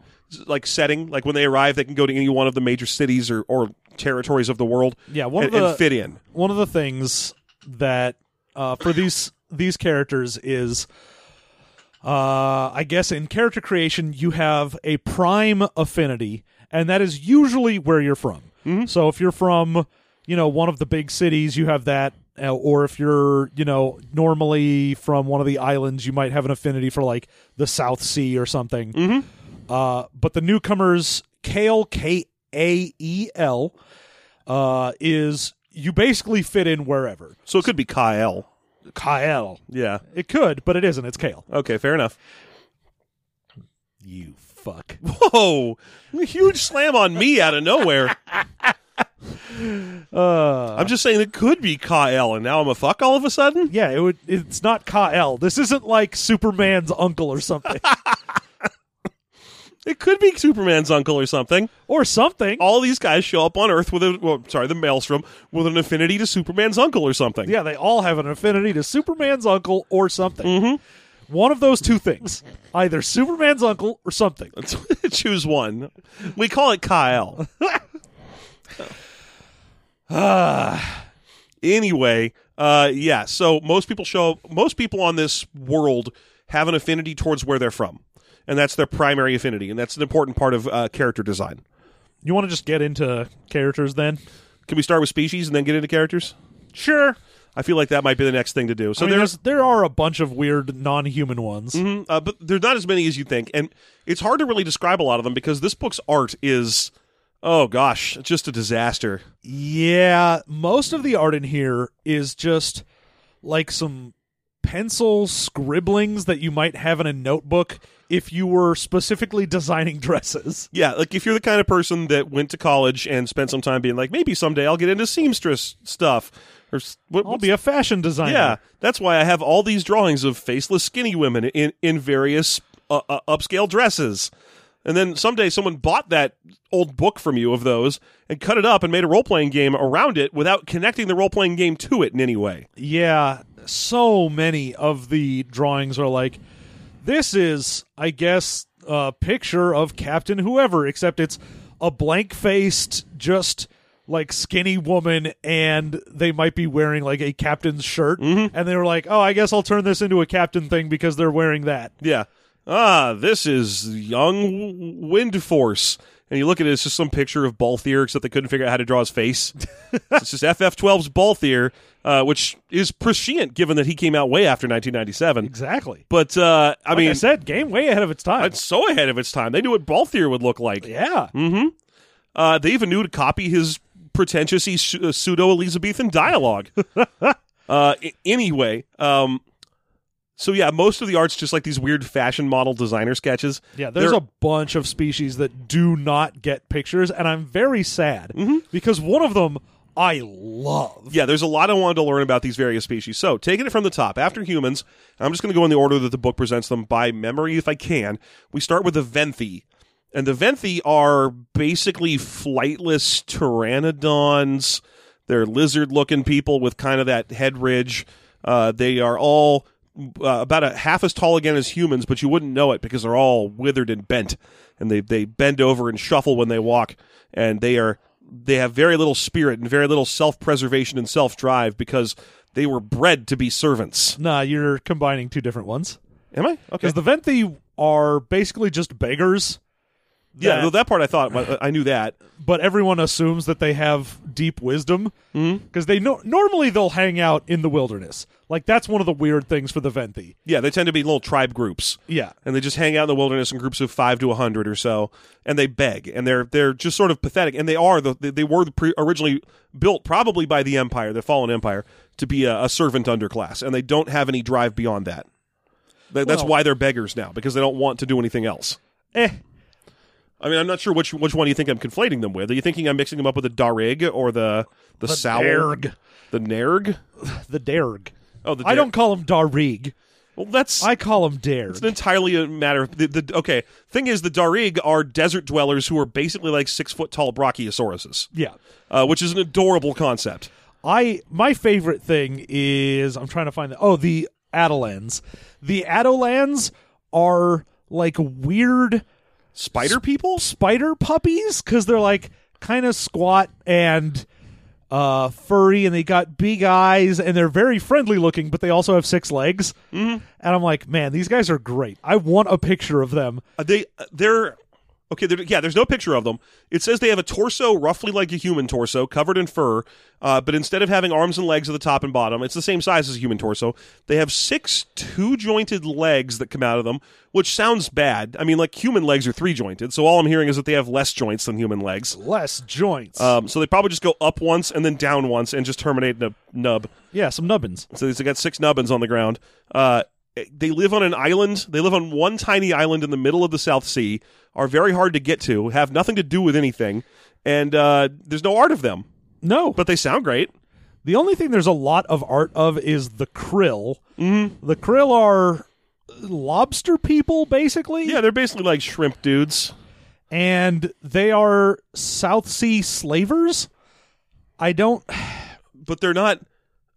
S1: like setting. Like when they arrive, they can go to any one of the major cities or, or territories of the world.
S2: Yeah, one
S1: and,
S2: of the-
S1: and fit in.
S2: one of the things that uh, for these these characters is uh, I guess in character creation you have a prime affinity, and that is usually where you're from. So if you're from you know one of the big cities, you have that. uh, Or if you're, you know, normally from one of the islands, you might have an affinity for like the South Sea or something. Uh, but the newcomers, Kale K A E L, uh, is you basically fit in wherever.
S1: So it could be kale.
S2: Kyle.
S1: Yeah.
S2: It could, but it isn't. It's Kale.
S1: Okay, fair enough.
S2: You fuck.
S1: Whoa! Huge slam on me out of nowhere.
S2: Uh,
S1: I'm just saying it could be Kyle, and now I'm a fuck all of a sudden.
S2: yeah, it would. It's not Kyle. This isn't like Superman's uncle or something,
S1: It could be Superman's uncle or something.
S2: or something.
S1: All these guys show up on Earth with a well, sorry, the Maelstrom with an affinity to Superman's uncle or something.
S2: Yeah, they all have an affinity to Superman's uncle or something. One of those two things, either Superman's uncle or something.
S1: Choose one. We call it Kyle. anyway, uh, yeah. So most people show most people on this world have an affinity towards where they're from, and that's their primary affinity, and that's an important part of uh, character design.
S2: You want to just get into characters then?
S1: Can we start with species and then get into characters?
S2: Sure.
S1: I feel like that might be the next thing to do. So
S2: I mean,
S1: there's
S2: there's there are a bunch of weird non-human ones.
S1: Mhm, uh, but there's not as many as you think, and it's hard to really describe a lot of them because this book's art is, oh gosh, just a disaster.
S2: Yeah, most of the art in here is just like some pencil scribblings that you might have in a notebook if you were specifically designing dresses.
S1: Yeah, like if you're the kind of person that went to college and spent some time being like, maybe someday I'll get into seamstress stuff, or s- what,
S2: I'll
S1: what's-
S2: be a fashion designer.
S1: yeah, that's why I have all these drawings of faceless skinny women in in various uh, uh, upscale dresses. And then someday someone bought that old book from you of those and cut it up and made a role playing game around it without connecting the role playing game to it in any way.
S2: Yeah, so many of the drawings are like, this is, I guess, a picture of Captain Whoever, except it's a blank faced, just like skinny woman, and they might be wearing like a captain's shirt. And they were like, oh, I guess I'll turn this into a captain thing because they're wearing that.
S1: Yeah. Ah, this is young Wind Force. And you look at it, it's just some picture of Balthier, except they couldn't figure out how to draw his face. it's just FF12's Balthier, uh, which is prescient given that he came out way after 1997.
S2: Exactly.
S1: But, uh, I
S2: I mean,
S1: mean,
S2: I said, game way ahead of its time.
S1: it's so ahead of its time. They knew what Balthier would look like.
S2: yeah.
S1: Uh, they even knew to copy his pretentious pseudo Elizabethan dialogue. uh, i- anyway, um, so yeah, most of the art's just like these weird fashion model designer sketches.
S2: Yeah, there's
S1: They're-
S2: a bunch of species that do not get pictures, and I'm very sad because one of them I love.
S1: yeah, there's a lot I wanted to learn about these various species. So, taking it from the top, after humans, I'm just going to go in the order that the book presents them by memory if I can. We start with the Venthi. And the Venthi are basically flightless pteranodons. They're lizard looking people with kind of that head ridge. Uh, they are all uh, about a half as tall again as humans, but you wouldn't know it because they're all withered and bent, and they they bend over and shuffle when they walk, and they are they have very little spirit and very little self preservation and self drive because they were bred to be servants.
S2: Nah, you're combining two different ones
S1: Am I okay?
S2: because the Venthi are basically just beggars.
S1: yeah,
S2: that-
S1: well, that part I thought well, I knew that.
S2: but everyone assumes that they have deep wisdom because
S1: Mm-hmm.
S2: they no- normally they'll hang out in the wilderness. Like that's one of the weird things for the Venthi.
S1: Yeah, they tend to be little tribe groups.
S2: Yeah,
S1: and they just hang out in the wilderness in groups of five to a hundred or so, and they beg, and they're they're just sort of pathetic, and they are the they they were the pre- originally built probably by the empire, the fallen empire, to be a, a servant underclass, and they don't have any drive beyond that. Th- That's
S2: Well-
S1: why they're beggars now because they don't want to do anything else.
S2: eh,
S1: I mean, I'm not sure which which one you think I'm conflating them with. Are you thinking I'm mixing them up with the Darig or the the, the Sowl,
S2: derg.
S1: the Nerg?
S2: the Derg.
S1: Oh, the
S2: I
S1: Der-
S2: don't call him Darig.
S1: Well, that's
S2: I call him Derg.
S1: It's entirely a matter of the, the okay. Thing is, the Darig are desert dwellers who are basically like six foot tall brachiosauruses,
S2: yeah.
S1: uh, which is an adorable concept.
S2: I my favorite thing is I'm trying to find the oh the Adelans. The Adelans are like weird
S1: Spider people?
S2: spider puppies because they're like kind of squat and uh furry and they got big eyes and they're very friendly looking but they also have six legs mm-hmm. and i'm like man these guys are great i want a picture of them
S1: Uh, They uh, they're okay. They're, yeah, there's no picture of them. It says they have a torso roughly like a human torso, covered in fur, uh, but instead of having arms and legs at the top and bottom, it's the same size as a human torso. They have six two jointed legs that come out of them, which sounds bad. I mean, like human legs are three jointed, so all I'm hearing is that they have less joints than human legs.
S2: less joints
S1: Um, so they probably just go up once and then down once and just terminate in a nub.
S2: yeah some nubbins
S1: So they got six nubbins on the ground. Uh, they live on an island. They live on one tiny island in the middle of the South Sea. Are very hard to get to. Have nothing to do with anything, and uh, there's no art of them.
S2: no
S1: But they sound great.
S2: The only thing there's a lot of art of is the krill. The krill are lobster people, basically,
S1: Yeah, they're basically like shrimp dudes.
S2: and they are South Sea slavers. I don't.
S1: But they're not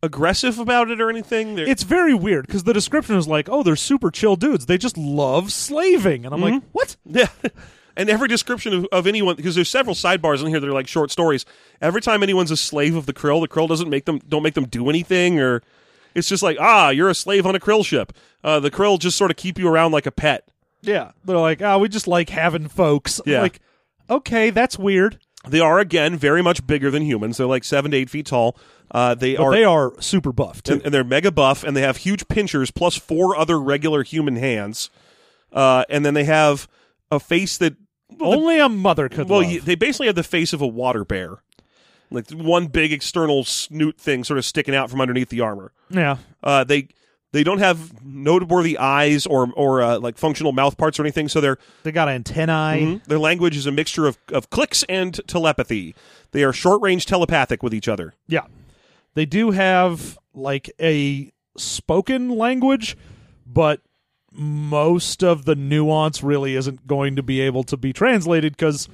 S1: aggressive about it or anything. They're,
S2: It's very weird because the description is like, "Oh, they're super chill dudes. They just love slaving," and I'm like,
S1: Mm-hmm.
S2: "What?"
S1: Yeah. And every description of, of anyone, because there's several sidebars in here that are like short stories. Every time anyone's a slave of the krill, the krill doesn't make them don't make them do anything, or it's just like ah, you're a slave on a krill ship. Uh, the krill just sort of keep you around like a pet.
S2: Yeah, they're like, "Ah, we just like having folks." I'm
S1: Yeah.
S2: like, okay, that's weird.
S1: They are again very much bigger than humans. They're like seven to eight feet tall. Uh, they are
S2: They are super buffed.
S1: and, and they're mega buff, and they have huge pinchers plus four other regular human hands, uh, and then they have a face that
S2: Only a mother could.
S1: Well,
S2: love.
S1: you, they basically have the face of a water bear, like one big external snoot thing sort of sticking out from underneath the armor.
S2: yeah,
S1: Uh, they they don't have noteworthy eyes or or uh, like functional mouth parts or anything, so their
S2: they got antennae.
S1: their language is a mixture of of clicks and telepathy. They are short range telepathic with each other.
S2: Yeah. They do have like a spoken language, but most of the nuance really isn't going to be able to be translated because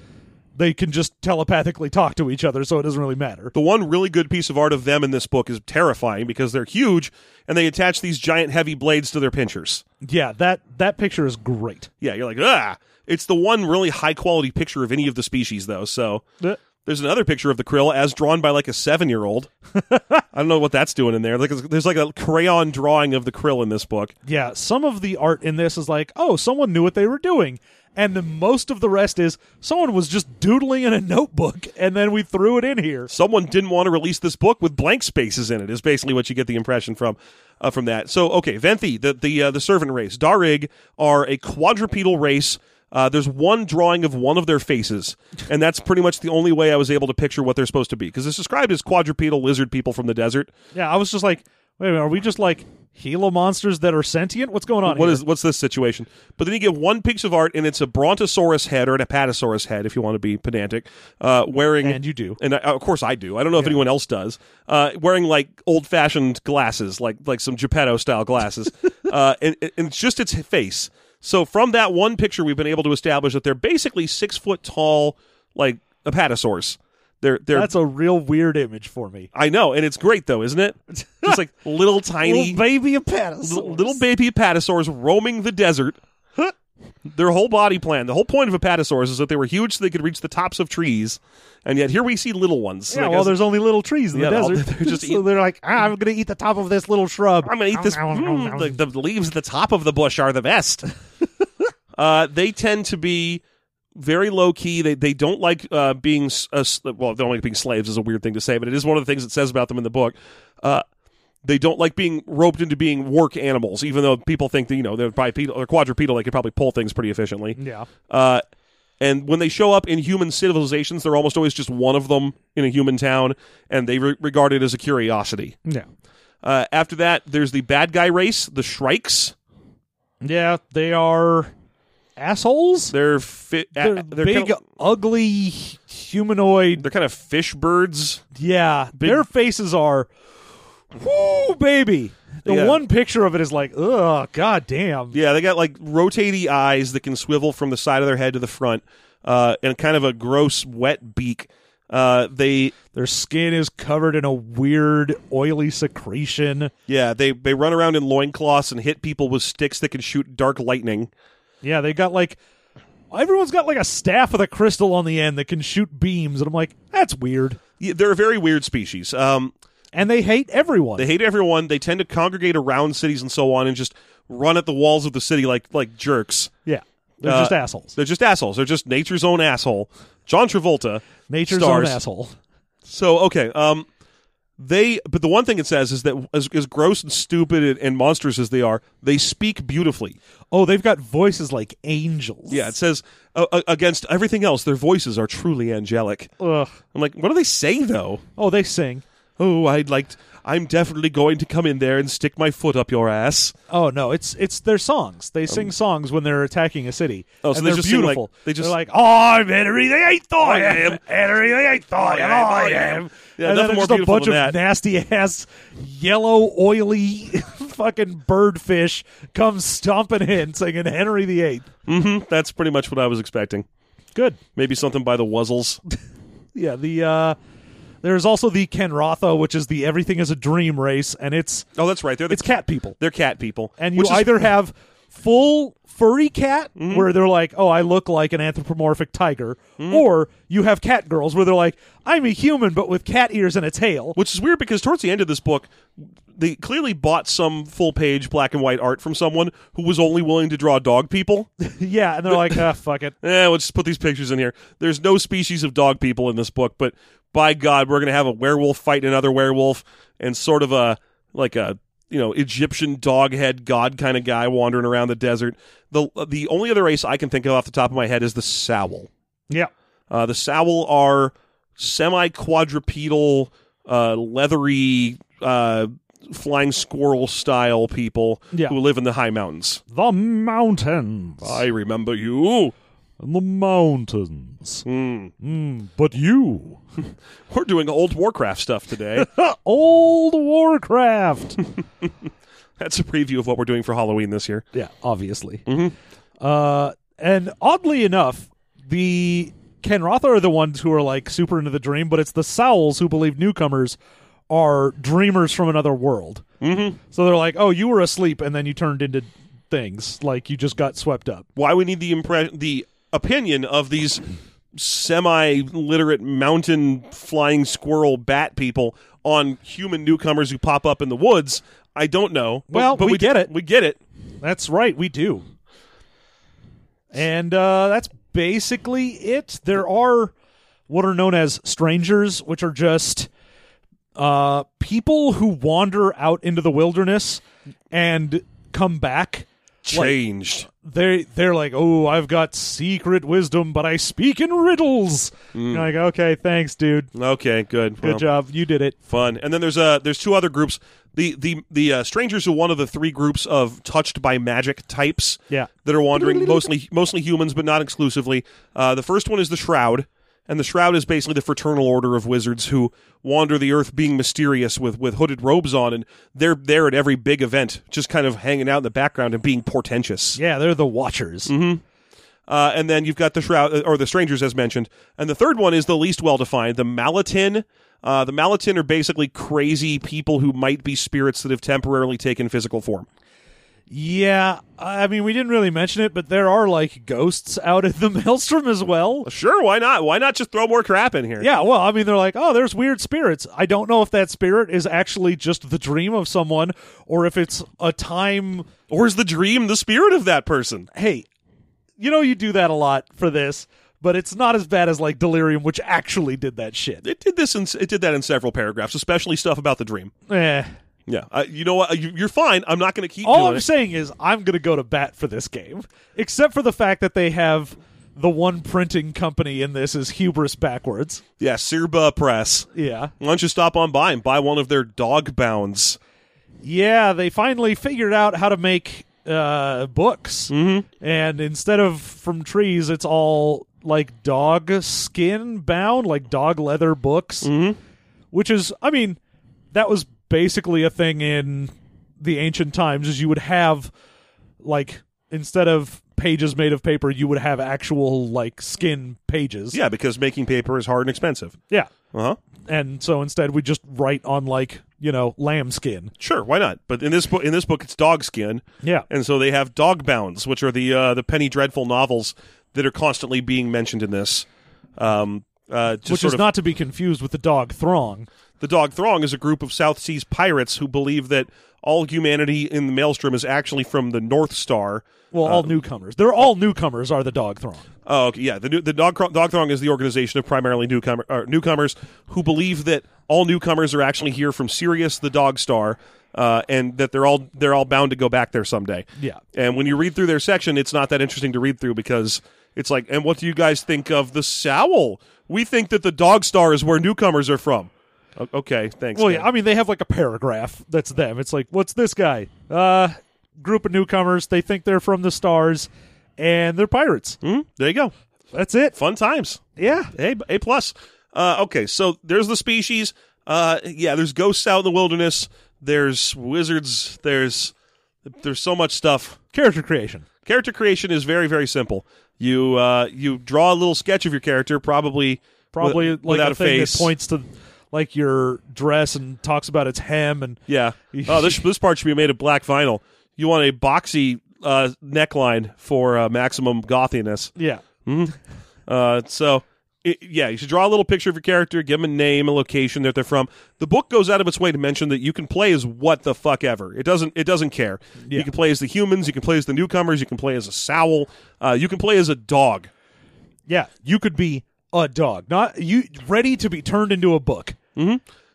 S2: they can just telepathically talk to each other, so it doesn't really matter.
S1: The one really good piece of art of them in this book is terrifying because they're huge and they attach these giant heavy blades to their pinchers.
S2: Yeah, that that picture is great.
S1: Yeah, you're like, ah. It's the one really high quality picture of any of the species, though. So
S2: Uh,
S1: there's another picture of the krill as drawn by like a seven year old. I don't know what that's doing in there. Like there's like a crayon drawing of the krill in this book.
S2: Yeah, some of the art in this is like, oh, someone knew what they were doing. And the most of the rest is someone was just doodling in a notebook and then we threw it in here.
S1: someone didn't want to release this book with blank spaces in it is basically what you get the impression from uh, from that so okay venthi the the, uh, the servant race darig are a quadrupedal race uh, there's one drawing of one of their faces, and that's pretty much the only way I was able to picture what they're supposed to be because it's described as quadrupedal lizard people from the desert.
S2: Yeah, I was just like, wait a minute, are we just like Gila monsters that are sentient? What's going on
S1: What
S2: here?
S1: is what's this situation? But then you get one piece of art, and it's a brontosaurus head or an apatosaurus head, if you want to be pedantic, uh, wearing
S2: And you do.
S1: and I, of course I do. I don't know if anyone else does. Uh, wearing like old fashioned glasses, like like some Geppetto style glasses, uh, and, and it's just its face. So from that one picture, we've been able to establish that they're basically six foot tall, like apatosaurs. They're they're.
S2: That's a real weird image for me.
S1: I know, and it's great though, isn't it? Just like little tiny
S2: Little baby
S1: little,
S2: apatosaurus.
S1: little baby apatosaurs roaming the desert. Their whole body plan. The whole point of apatosaurs is that they were huge, so they could reach the tops of trees, and yet here we see little ones. So
S2: yeah,
S1: I
S2: well,
S1: guess-
S2: there's only little trees in
S1: Yeah,
S2: the
S1: all-
S2: desert.
S1: they're just
S2: so
S1: eat-
S2: they're like, ah, I'm going to eat the top of this little shrub.
S1: I'm gonna eat this.
S2: Nom, nom,
S1: Mm,
S2: nom.
S1: the, the leaves at the top of the bush are the best. uh, they tend to be very low key. They they don't like uh, being s- uh, s- well. They don't like being slaves is a weird thing to say, but it is one of the things that says about them in the book. Uh, they don't like being roped into being work animals, even though people think that you know they're bipedal or quadrupedal. They could probably pull things pretty efficiently.
S2: Yeah.
S1: Uh, and when they show up in human civilizations, they're almost always just one of them in a human town, and they re- regard it as a curiosity.
S2: Yeah.
S1: Uh, after that, there's the bad guy race, the Shrikes.
S2: Yeah, they are assholes.
S1: They're fi- a-
S2: They're,
S1: they're
S2: big,
S1: Kind of,
S2: ugly humanoid.
S1: they're kind of fish birds.
S2: Yeah, their faces are, whoo, baby. The
S1: Yeah.
S2: one picture of it is like, ugh, god damn.
S1: Yeah, they got like rotating eyes that can swivel from the side of their head to the front, uh, and kind of a gross wet beak. Uh, they
S2: Their skin is covered in a weird oily secretion.
S1: yeah they they run around in loincloths and hit people with sticks that can shoot dark lightning.
S2: Yeah, they got like everyone's got like a staff with a crystal on the end that can shoot beams, and I'm like, that's weird.
S1: Yeah, They're a very weird species. Um,
S2: And they hate everyone.
S1: They hate everyone. They tend to congregate around cities and so on, and just run at the walls of the city like like jerks.
S2: yeah, they're
S1: Uh,
S2: just assholes.
S1: They're just assholes. They're just nature's own asshole. John Travolta.
S2: Nature's
S1: stars.
S2: own asshole.
S1: So okay, um, they. But the one thing it says is that as, as gross and stupid and, and monstrous as they are, they speak beautifully.
S2: Oh, they've got voices like angels.
S1: Yeah, it says uh, uh, against everything else, their voices are truly angelic.
S2: Ugh.
S1: I'm like, what do they say though?
S2: Oh, they sing.
S1: Oh, I'd like. T- I'm definitely going to come in there and stick my foot up your ass.
S2: Oh no, it's it's their songs. They sing songs when they're attacking a city.
S1: Oh, so
S2: and
S1: they
S2: they're
S1: just sing, like-
S2: beautiful.
S1: they just-
S2: are like, oh, I'm Henry the Eighth. I
S1: I
S2: am
S1: am.
S2: Henry the Eighth. I am. I am.
S1: Yeah, nothing more
S2: and then there's just a
S1: beautiful
S2: bunch
S1: than
S2: of
S1: that.
S2: nasty ass, yellow, oily, fucking birdfish comes stomping in singing Henry the Eighth.
S1: Mm-hmm. That's pretty much what I was expecting.
S2: Good.
S1: Maybe something by the Wuzzles.
S2: Yeah. The uh, there's also the Ken Rotha, which is the Everything is a Dream race, and it's
S1: Oh, that's right. They're the,
S2: it's cat people.
S1: they're cat people.
S2: and you
S1: which is- Mm-hmm.
S2: either have full furry cat where they're like oh i look like an anthropomorphic tiger or you have cat girls where they're like i'm a human but with cat ears and a tail
S1: which is weird because towards the end of this book, they clearly bought some full page black and white art from someone who was only willing to draw dog people.
S2: yeah and they're like ah fuck it
S1: eh, let's just put these pictures in here. There's no species of dog people in this book, but by God, we're gonna have a werewolf fight another werewolf and sort of a like a you know Egyptian dog head god kind of guy wandering around the desert. The the only other race I can think of off the top of my head is the Sowl.
S2: yeah
S1: Uh, the Sowl are semi quadrupedal, uh, leathery, uh, flying squirrel style people
S2: Yeah.
S1: who live in the high mountains.
S2: the mountains
S1: I remember you.
S2: the mountains
S1: Hmm.
S2: mm, but you
S1: We're doing old Warcraft stuff today.
S2: old warcraft
S1: That's a preview of what we're doing for Halloween this year.
S2: Yeah, obviously.
S1: Mhm.
S2: Uh, and oddly enough, the Ken Rotha are the ones who are like super into the dream, but it's the Sowls who believe newcomers are dreamers from another world.
S1: Mm-hmm.
S2: So they're like, "Oh, you were asleep, and then you turned into things. Like you just got swept up."
S1: Why we need the impression, the opinion of these semi-literate mountain flying squirrel bat people on human newcomers who pop up in the woods? I don't know. But-
S2: Well,
S1: but
S2: we get it.
S1: We get it.
S2: That's right, we do. And uh, that's basically it. There are what are known as strangers, which are just uh, people who wander out into the wilderness and come back.
S1: Changed.
S2: They they're like, oh, I've got secret wisdom, but I speak in riddles. You're like, okay, thanks, dude.
S1: okay, good.
S2: Good job, you did it.
S1: fun. And then there's uh there's two other groups. The the the uh, strangers are one of the three groups of touched by magic types.
S2: Yeah.
S1: that are wandering mostly mostly humans, but not exclusively. Uh, the first one is the shroud, and the shroud is basically the fraternal order of wizards who wander the earth, being mysterious with with hooded robes on, and they're there at every big event, just kind of hanging out in the background and being portentous.
S2: Yeah, they're the Watchers.
S1: Uh, and then you've got the shroud or the strangers, as mentioned, and the third one is the least well defined, the Malatin. Uh, the Malatin are basically crazy people who might be spirits that have temporarily taken physical form.
S2: Yeah, I mean, we didn't really mention it, but there are like ghosts out at the Maelstrom as well.
S1: Sure, why not? Why not just throw more crap in here?
S2: Yeah, well, I mean, they're like, oh, there's weird spirits. I don't know if that spirit is actually just the dream of someone or if it's a time.
S1: Or is the dream the spirit of that person?
S2: Hey, you know, you do that a lot for this, but it's not as bad as like Delirium, which actually did that shit.
S1: It did this. In, it did that in several paragraphs, especially stuff about the dream.
S2: Eh.
S1: Yeah, uh, you know what? You- You're fine. I'm not going to keep
S2: All
S1: doing
S2: I'm
S1: it.
S2: saying is, I'm going to go to bat for this game, except for the fact that they have the one printing company in this is hubris backwards.
S1: Yeah, Sirba Press.
S2: Yeah.
S1: Why don't you stop on by and buy one of their dog bounds?
S2: Yeah, they finally figured out how to make uh, books, mm-hmm. and instead of from trees, it's all like dog skin bound, like dog leather books, mm-hmm. which is, I mean, that was basically a thing in the ancient times. Is you would have like instead of pages made of paper, you would have actual like skin pages.
S1: Yeah, because making paper is hard and expensive.
S2: yeah,
S1: Uh huh.
S2: and so instead we just write on like you know lambskin.
S1: Sure, why not? But in this book, in this book, it's dog skin,
S2: Yeah,
S1: and so they have dog bounds, which are the uh, the Penny Dreadful novels that are constantly being mentioned in this. Um, uh, just
S2: which
S1: sort
S2: is
S1: of,
S2: not to be confused with the dog throng.
S1: the Dog Throng is a group of South Seas pirates who believe that all humanity in the Maelstrom is actually from the North Star.
S2: Well, all newcomers. They're all newcomers. Are the dog throng?
S1: Oh, okay, yeah. The new, the dog Cro- dog throng is the organization of primarily newcomer or newcomers who believe that all newcomers are actually here from Sirius, the Dog Star, uh, and that they're all they're all bound to go back there someday.
S2: Yeah.
S1: And when you read through their section, it's not that interesting to read through because it's like, and what do you guys think of the Sowl? We think that the Dog Star is where newcomers are from. O- okay, thanks.
S2: Well,
S1: Dan.
S2: Oh, yeah. I mean, they have like a paragraph that's them. It's like, what's this guy? Uh, group of newcomers. They think they're from the stars, and they're pirates.
S1: Hmm, there you go.
S2: That's it.
S1: Fun times.
S2: Yeah.
S1: A A plus. Uh, okay, so there's the species. Uh, yeah, there's ghosts out in the wilderness. There's wizards. There's there's so much stuff.
S2: Character creation.
S1: Character creation is very very simple. You uh, you draw a little sketch of your character, probably
S2: Probably
S1: with-
S2: like
S1: without
S2: a thing
S1: face.
S2: that points to like your dress and talks about its hem and
S1: Yeah. Oh, this this part should be made of black vinyl. You want a boxy uh, neckline for uh, maximum gothiness.
S2: yeah.
S1: Uh, so it, yeah, you should draw a little picture of your character, give them a name, a location that they're from. The book goes out of its way to mention that you can play as what the fuck ever. It doesn't. It doesn't care. You
S2: Yeah.
S1: can play as the humans. You can play as the newcomers. You can play as a sowl. Uh, you can play as a dog.
S2: Yeah. You could be a dog, not you ready to be turned into a book.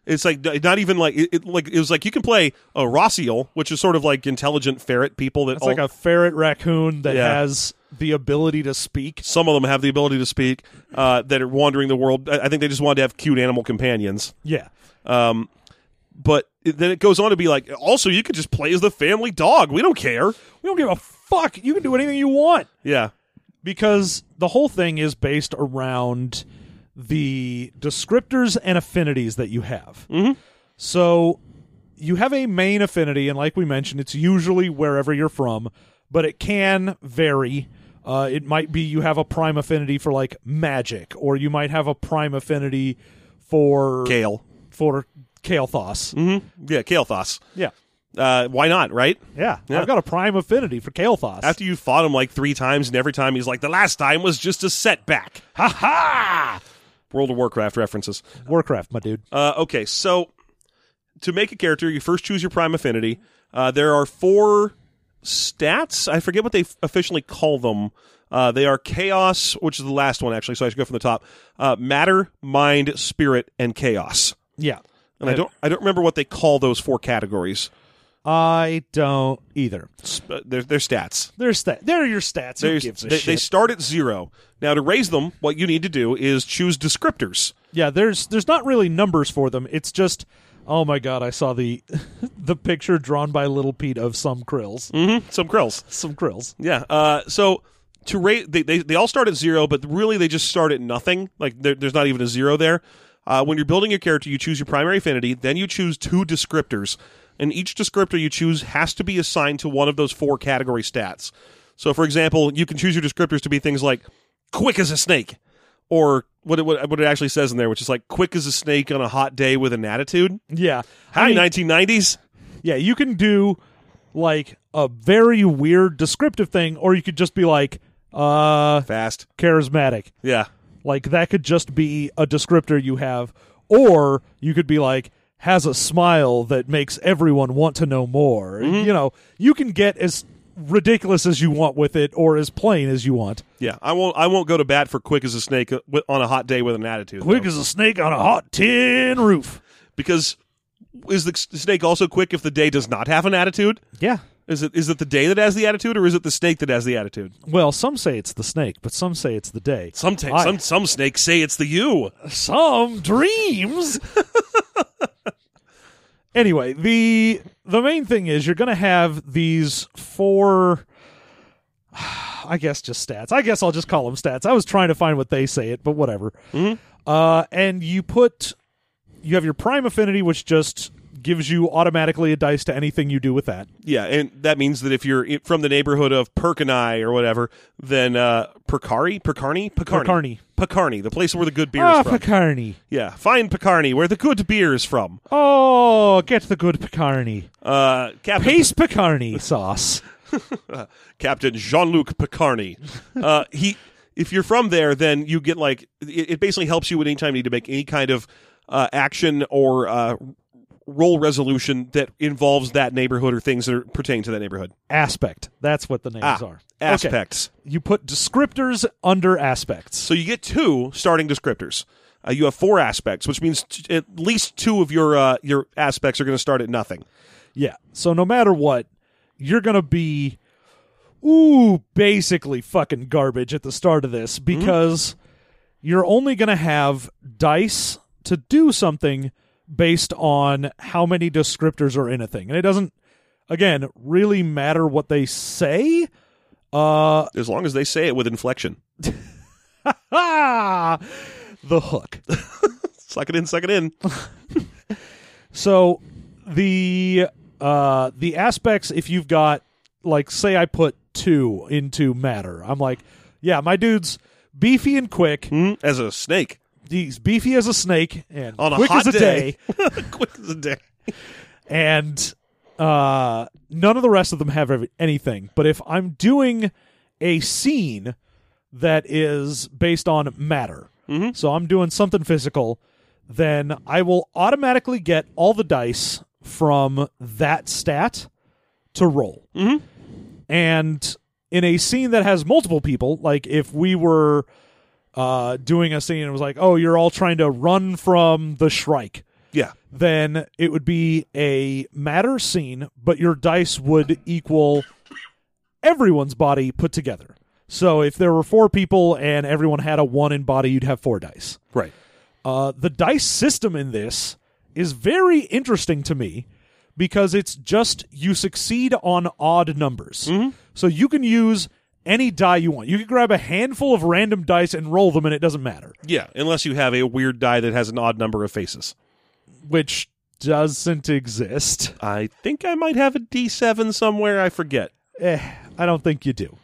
S1: It's like not even like it, it- like it was like you can play a rossiel, which is sort of like intelligent ferret people that
S2: It's like a ferret raccoon that
S1: Oh. Yeah.
S2: has the ability to speak.
S1: some of them have the ability to speak uh, that are wandering the world. I I think they just wanted to have cute animal companions.
S2: Yeah.
S1: But it, then it goes on to be like, also you could just play as the family dog. We don't care.
S2: We don't give a fuck. You can do anything you want
S1: Yeah.
S2: because the whole thing is based around
S1: Mm-hmm.
S2: the descriptors and affinities that you have. So you have a main affinity, and like we mentioned, it's usually wherever you're from, but it can vary. Uh, it might be you have a prime affinity for like magic, or you might have a prime affinity for
S1: Kale.
S2: for Kael'thas.
S1: Mm-hmm. Yeah, Kale Thos.
S2: Yeah.
S1: Uh, why not, right?
S2: yeah,
S1: Yeah.
S2: I've got a prime affinity for Kael'thas.
S1: After you fought him like three times, and every time he's like, the last time was just a setback. Ha ha! World of Warcraft references.
S2: Warcraft, my dude.
S1: Uh, okay, so to make a character, you first choose your prime affinity. Uh, there are four stats. I forget what they f- officially call them. Uh, they are chaos, which is the last one actually. So I should go from the top: uh, matter, mind, spirit, and chaos.
S2: Yeah,
S1: And I don't, I don't remember what they call those four categories.
S2: I don't either.
S1: Sp- they're, they're stats.
S2: They're sta- they're your stats. Who
S1: There's-
S2: gives a
S1: they, they
S2: shit?
S1: start at zero. Now to raise them, what you need to do is choose descriptors.
S2: yeah, there's there's not really numbers for them. It's just oh my god, I saw the the picture drawn by Little Pete of some krills,
S1: Mm-hmm. Some krills.
S2: some krills.
S1: Yeah. Uh, so to rate, they, they they all start at zero, but really they just start at nothing. Like there, there's not even a zero there. Uh, when you're building your character, you choose your primary affinity, then you choose two descriptors, and each descriptor you choose has to be assigned to one of those four category stats. So, for example, you can choose your descriptors to be things like "quick as a snake," or what it, what, what it actually says in there, which is like "quick as a snake on a hot day with an attitude."
S2: Yeah, I
S1: Hi,
S2: mean,
S1: 1990s.
S2: yeah, you can do like a very weird descriptive thing, or you could just be like uh
S1: Fast.
S2: charismatic.
S1: Yeah.
S2: Like that could just be a descriptor you have, or you could be like has a smile that makes everyone want to know more.
S1: Mm-hmm.
S2: You know, you can get as ridiculous as you want with it, or as plain as you want.
S1: Yeah, I won't. I won't go to bat for quick as a snake uh, wi- on a hot day with an attitude.
S2: Quick
S1: though.
S2: as a snake on a hot tin roof.
S1: because is the s- snake also quick if the day does not have an attitude?
S2: Yeah.
S1: Is it is it the day that has the attitude, or is it the snake that has the attitude?
S2: Well, some say it's the snake, but some say it's the day.
S1: Some ta-
S2: I-
S1: some some snakes say it's the you.
S2: some dreams. anyway, the the main thing is you're going to have these four I guess just stats. I guess I'll just call them stats. I was trying to find what they say it, but whatever.
S1: Mm-hmm.
S2: Uh, and you put you have your prime affinity which just gives you automatically a dice to anything you do with that.
S1: Yeah, and that means that if you're i- from the neighborhood of Perkinai or whatever, then uh, Percari, Percarni, Percarni,
S2: Carney.
S1: Percarni, the place where the good beer
S2: Ah,
S1: is from.
S2: Picarni.
S1: yeah, find Percarni, where the good beer is from.
S2: Oh, get the good Picarni.
S1: Uh, Captain
S2: Pace Picarni sauce.
S1: Captain Jean Luc Picarni. Uh, he, if you're from there, then you get like it, it basically helps you at any time you need to make any kind of uh, action or uh, role resolution that involves that neighborhood or things that are, pertain to that neighborhood.
S2: aspect. That's what the names
S1: Ah,
S2: are. Okay.
S1: Aspects.
S2: You put descriptors under aspects.
S1: So you get two starting descriptors. Uh, you have four aspects, which means t- at least two of your uh, your aspects are going to start at nothing.
S2: Yeah. So no matter what, you're going to be ooh, basically fucking garbage at the start of this because you're only going to have dice to do something based on how many descriptors are in a thing. And it doesn't again really matter what they say. Uh
S1: As long as they say it with inflection,
S2: ah, the hook.
S1: suck it in, suck it in.
S2: So the uh the aspects if you've got like say I put 2 into matter. I'm like, yeah, my dude's beefy and quick.
S1: Hmm? As a snake
S2: He's beefy as a snake and
S1: on a
S2: quick
S1: hot
S2: as a day.
S1: quick as a day.
S2: and uh none of the rest of them have every- anything. But if I'm doing a scene that is based on matter. So I'm doing something physical, then I will automatically get all the dice from that stat to roll. And in a scene that has multiple people, like if we were uh, doing a scene and it was like, oh, you're all trying to run from the Shrike,
S1: Yeah.
S2: then it would be a matter scene, but your dice would equal everyone's body put together. So if there were four people and everyone had a one in body, you'd have four dice.
S1: Right.
S2: Uh, the dice system in this is very interesting to me because it's just you succeed on odd numbers. So you can use any die you want. You can grab a handful of random dice and roll them, and it doesn't matter.
S1: Yeah, unless you have a weird die that has an odd number of faces.
S2: Which doesn't exist.
S1: I think I might have a D7 somewhere. I forget.
S2: Eh, I don't think you do.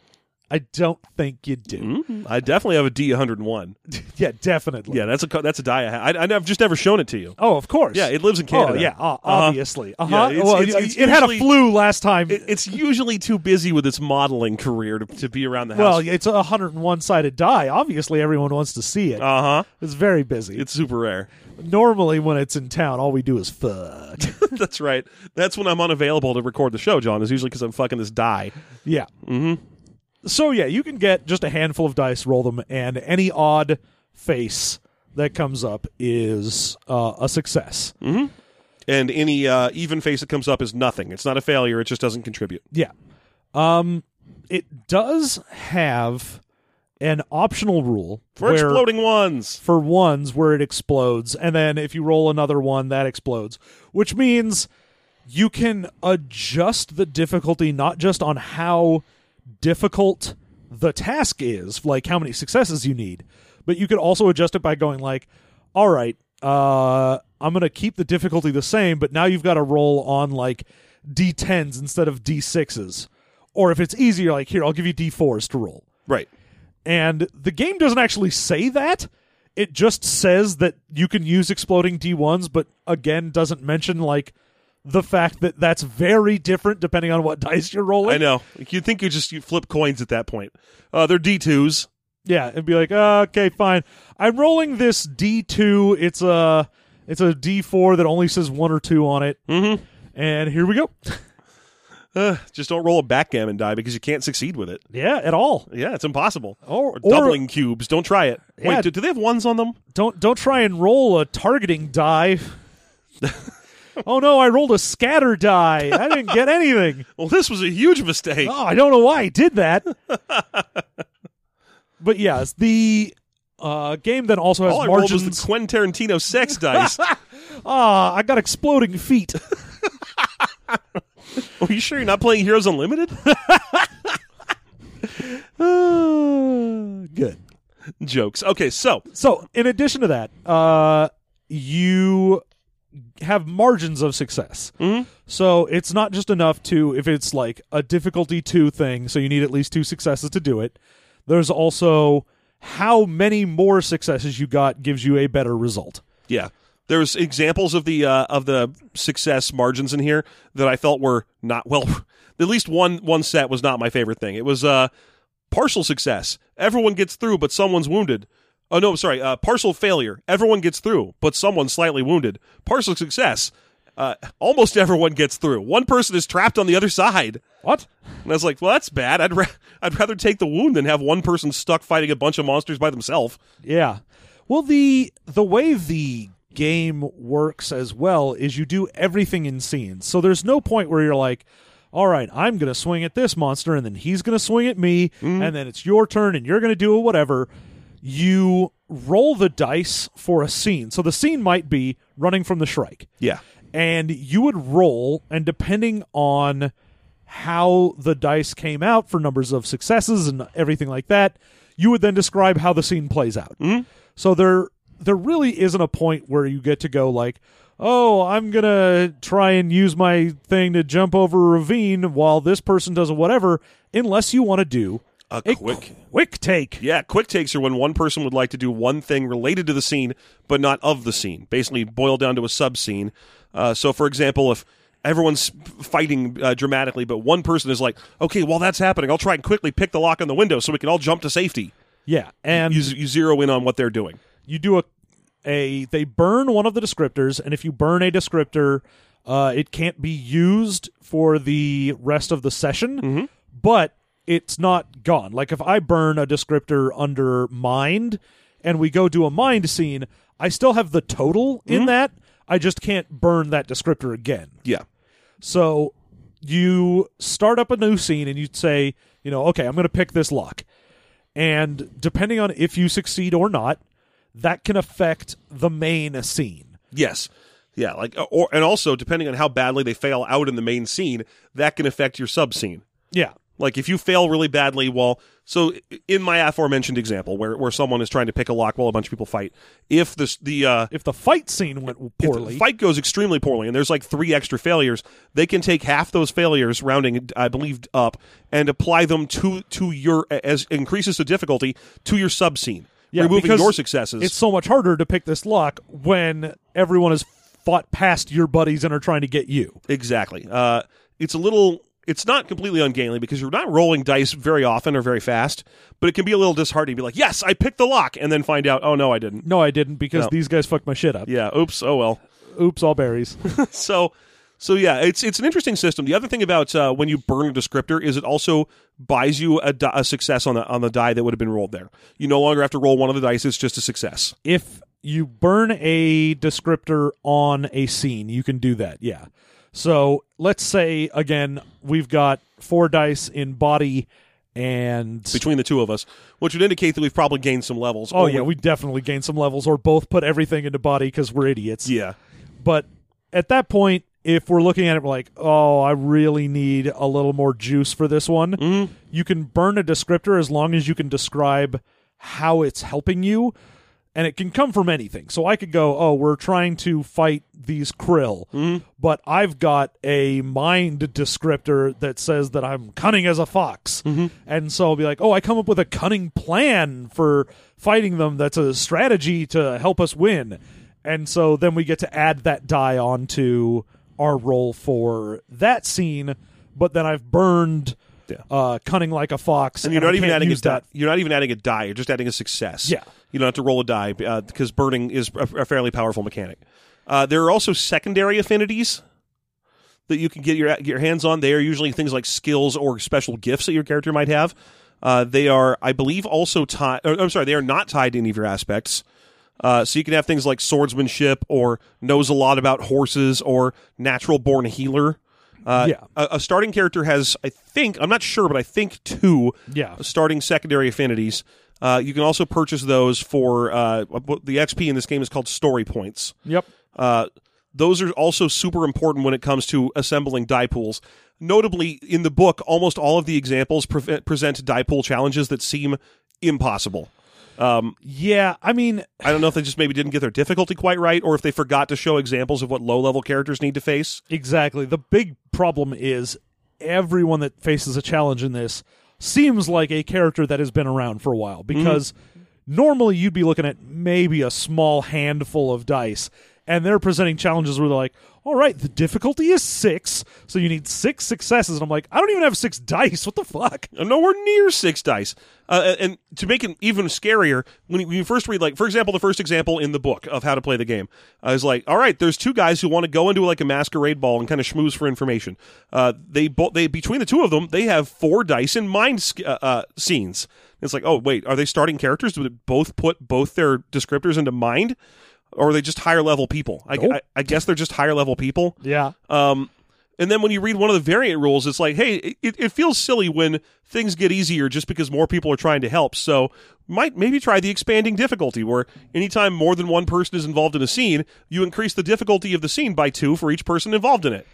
S2: I don't think you do.
S1: Mm, I definitely have a D101.
S2: Yeah, definitely.
S1: Yeah, that's a co- that's a die I have. I, have just never shown it to you.
S2: Oh, of course.
S1: Yeah, it lives in Canada.
S2: Oh, yeah, uh, obviously. Uh-huh.
S1: Yeah, it's-
S2: well,
S1: it's-
S2: y-
S1: it's
S2: it had a
S1: usually-
S2: flu last time.
S1: It- it's usually too busy with its modeling career to, to be around the
S2: well,
S1: house.
S2: it's a 101 sided die. Obviously, everyone wants to see it.
S1: uh huh.
S2: it's very busy.
S1: It's super rare.
S2: Normally, when it's in town, all we do is fuck.
S1: That's right. That's when I'm unavailable to record the show, John, is usually because I'm fucking this die.
S2: yeah. Mm-hmm. So, yeah, you can get just a handful of dice, roll them, and any odd face that comes up is uh, a success.
S1: And any uh, even face that comes up is nothing. It's not a failure. It just doesn't contribute.
S2: Yeah. Um, it does have an optional rule
S1: For
S2: where-
S1: exploding ones.
S2: for ones where it explodes, and then if you roll another one, that explodes, which means you can adjust the difficulty not just on how difficult the task is, like how many successes you need, but you could also adjust it by going like, all right, uh, I'm gonna keep the difficulty the same, but now you've got to roll on like d10s instead of d6s, or if it's easier, like here I'll give you d4s to roll.
S1: Right.
S2: And the game doesn't actually say that. It just says that you can use exploding D1s, but again, doesn't mention like the fact that that's very different depending on what dice you're rolling.
S1: I know. Like, You'd think you just you flip coins at that point. Uh, they're D2s.
S2: Yeah, it'd be like, uh, okay, fine. I'm rolling this D2. It's a it's a D4 that only says one or two on it.
S1: Mhm.
S2: And here we go.
S1: Uh, just don't roll a backgammon die because you can't succeed with it.
S2: yeah, at all.
S1: Yeah, it's impossible.
S2: Or, Oh, or
S1: Doubling cubes. Don't try it.
S2: Yeah.
S1: Wait, do, do they have ones on them?
S2: don't don't try and roll a targeting die. oh no, I rolled a scatter die. I didn't get anything.
S1: Well, this was a huge mistake.
S2: Oh, I don't know why I did that. but yes, the uh, game then also has
S1: All I rolled was
S2: margins.
S1: the Quentin Tarantino sex dice.
S2: Ah, I got exploding feet.
S1: Are you sure you're not playing Heroes Unlimited?
S2: Ah, Good.
S1: Jokes. Okay, so
S2: So, in addition to that, uh, you have margins of success.
S1: Hmm?
S2: So it's not just enough to if it's like a difficulty two thing. So you need at least two successes to do it. There's also how many more successes you got gives you a better result.
S1: yeah, there's examples of the uh, of the success margins in here that I felt were not well. At least one one set was not my favorite thing. It was uh, partial success. Everyone gets through, but someone's wounded. Oh no, sorry. Uh, partial failure. Everyone gets through, but someone's slightly wounded. Partial success. Uh, almost everyone gets through. One person is trapped on the other side.
S2: What?
S1: And I was like, well, that's bad. I'd, ra- I'd rather take the wound than have one person stuck fighting a bunch of monsters by themselves.
S2: Yeah. Well, the the way the game works as well is you do everything in scenes. So there's no point where you're like, all right, I'm going to swing at this monster and then he's going to swing at me and then it's your turn and you're going to do whatever. You roll the dice for a scene. So the scene might be running from the shrike
S1: Yeah.
S2: and you would roll and depending on how the dice came out for numbers of successes and everything like that you would then describe how the scene plays out
S1: Mm-hmm.
S2: so there there really isn't a point where you get to go like oh i'm gonna try and use my thing to jump over a ravine while this person does whatever unless you want to do
S1: A
S2: a
S1: quick.
S2: quick take
S1: Yeah, quick takes are when one person would like to do one thing related to the scene, but not of the scene. Basically, boiled down to a sub scene. Uh, so, for example, if everyone's fighting uh, dramatically, but one person is like, okay, while that's happening, I'll try and quickly pick the lock on the window so we can all jump to safety.
S2: yeah and
S1: You, you zero in on what they're doing.
S2: you do a a they burn one of the descriptors and if you burn a descriptor uh, it can't be used for the rest of the session but it's not gone like if i burn a descriptor under mind and we go do a mind scene i still have the total in that i just can't burn that descriptor again
S1: Yeah.
S2: so you start up a new scene and you say, you know, okay, I'm going to pick this lock. And depending on if you succeed or not, that can affect the main scene.
S1: Yes. Yeah, like or and also depending on how badly they fail out in the main scene, that can affect your sub scene.
S2: Yeah.
S1: Like if you fail really badly while so in my aforementioned example where where someone is trying to pick a lock while a bunch of people fight, if this the uh
S2: If the fight scene went
S1: if
S2: poorly,
S1: the fight goes extremely poorly and there's like three extra failures, they can take half those failures rounding I believe up and apply them to to your as increases the difficulty to your sub scene.
S2: Yeah,
S1: removing
S2: because
S1: your successes.
S2: it's so much harder to pick this lock when everyone has fought past your buddies and are trying to get you.
S1: Exactly. Uh, it's a little. It's not completely ungainly because you're not rolling dice very often or very fast, but it can be a little disheartening. to Be like, yes, I picked the lock, and then find out, oh no, I didn't.
S2: No, I didn't because
S1: No.
S2: these guys fucked my shit up.
S1: Yeah, oops. Oh well.
S2: Oops, all berries.
S1: so, so yeah, it's it's an interesting system. The other thing about uh, when you burn a descriptor is it also buys you a, di- a success on the on the die that would have been rolled there. You no longer have to roll one of the dice; it's just a success.
S2: if you burn a descriptor on a scene, you can do that. Yeah. So let's say again we've got four dice in body and
S1: between the two of us, which would indicate that we've probably gained some levels.
S2: oh
S1: Or
S2: yeah,
S1: we-
S2: we definitely gain some levels or both put everything into body because we're idiots.
S1: yeah.
S2: But at that point, if we're looking at it, we're like, oh, I really need a little more juice for this one. You can burn a descriptor as long as you can describe how it's helping you. And it can come from anything. So I could go, oh, we're trying to fight these krill, but I've got a mind descriptor that says that I'm cunning as a fox. And so I'll be like, oh, I come up with a cunning plan for fighting them that's a strategy to help us win. And so then we get to add that die onto our roll for that scene, but then I've burned
S1: Yeah.
S2: uh, cunning like a fox.
S1: and you're
S2: I
S1: not even
S2: can't
S1: adding a
S2: use
S1: di- you're not even adding a die. You're just adding a success.
S2: Yeah.
S1: you don't have to roll a die because burning is a, a fairly powerful mechanic. Uh, there are also secondary affinities that you can get your get your hands on. They are usually things like skills or special gifts that your character might have. Uh, they are, I believe, also tied. I'm sorry, they are not tied to any of your aspects. Uh, so you can have things like swordsmanship, or knows a lot about horses, or natural born healer. Uh,
S2: Yeah.
S1: a, a starting character has, I think, I'm not sure, but I think two
S2: Yeah.
S1: starting secondary affinities. Uh, you can also purchase those for uh, what- the XP in this game is called story points.
S2: Yep.
S1: Uh, those are also super important when it comes to assembling die pools. Notably, in the book, almost all of the examples pre- present die pool challenges that seem impossible.
S2: Yeah. I mean,
S1: I don't know if they just maybe didn't get their difficulty quite right, or if they forgot to show examples of what low level characters need to face.
S2: exactly. The big problem is everyone that faces a challenge in this seems like a character that has been around for a while because normally you'd be looking at maybe a small handful of dice. And they're presenting challenges where they're like, all right, the difficulty is six, so you need six successes. And I'm like, I don't even have six dice. What the fuck?
S1: I'm Uh, nowhere near six dice. Uh, and to make it even scarier, when you, when you first read, like, for example, the first example in the book of how to play the game uh, is like, all right, there's two guys who want to go into like a masquerade ball and kind of schmooze for information. Uh, they both, they between the two of them, they have four dice in mind sc- uh, uh, scenes. It's like, oh wait, are they starting characters? Do they both put both their descriptors into mind, or are they just higher level people? I,
S2: Nope.
S1: I, I guess they're just higher level people.
S2: Yeah.
S1: Um, and then when you read one of the variant rules, it's like, hey, it, it feels silly when things get easier just because more people are trying to help. So might maybe try the expanding difficulty, where anytime more than one person is involved in a scene, you increase the difficulty of the scene by two for each person involved in it.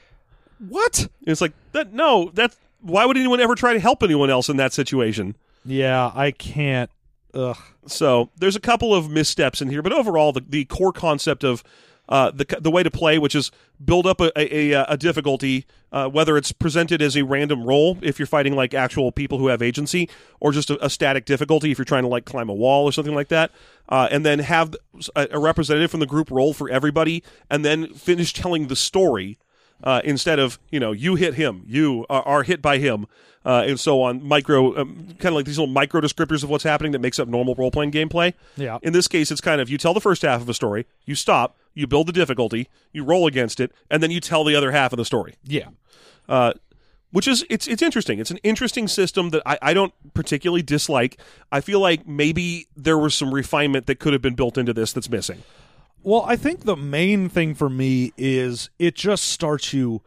S2: What?
S1: And it's like that. No, that's why would anyone ever try to help anyone else in that situation?
S2: Yeah, I can't. Ugh.
S1: So there's a couple of missteps in here, but overall, the, the core concept of uh, the the way to play, which is build up a a, a, a difficulty, uh, whether it's presented as a random roll if you're fighting like actual people who have agency, or just a, a static difficulty if you're trying to like climb a wall or something like that, uh, and then have uh, a, a representative from the group roll for everybody, and then finish telling the story uh, instead of you know you hit him, you are, are hit by him, uh, and so on. Micro, um, kind of like these little micro descriptors of what's happening that makes up normal role playing gameplay.
S2: Yeah.
S1: In this case, it's kind of you tell the first half of a story, you stop, you build the difficulty, you roll against it, and then you tell the other half of the story.
S2: Yeah.
S1: Uh, which is it's it's interesting. It's an interesting system that I, I don't particularly dislike. I feel like maybe there was some refinement that could have been built into this that's missing.
S2: Well, I think the main thing for me is it just starts you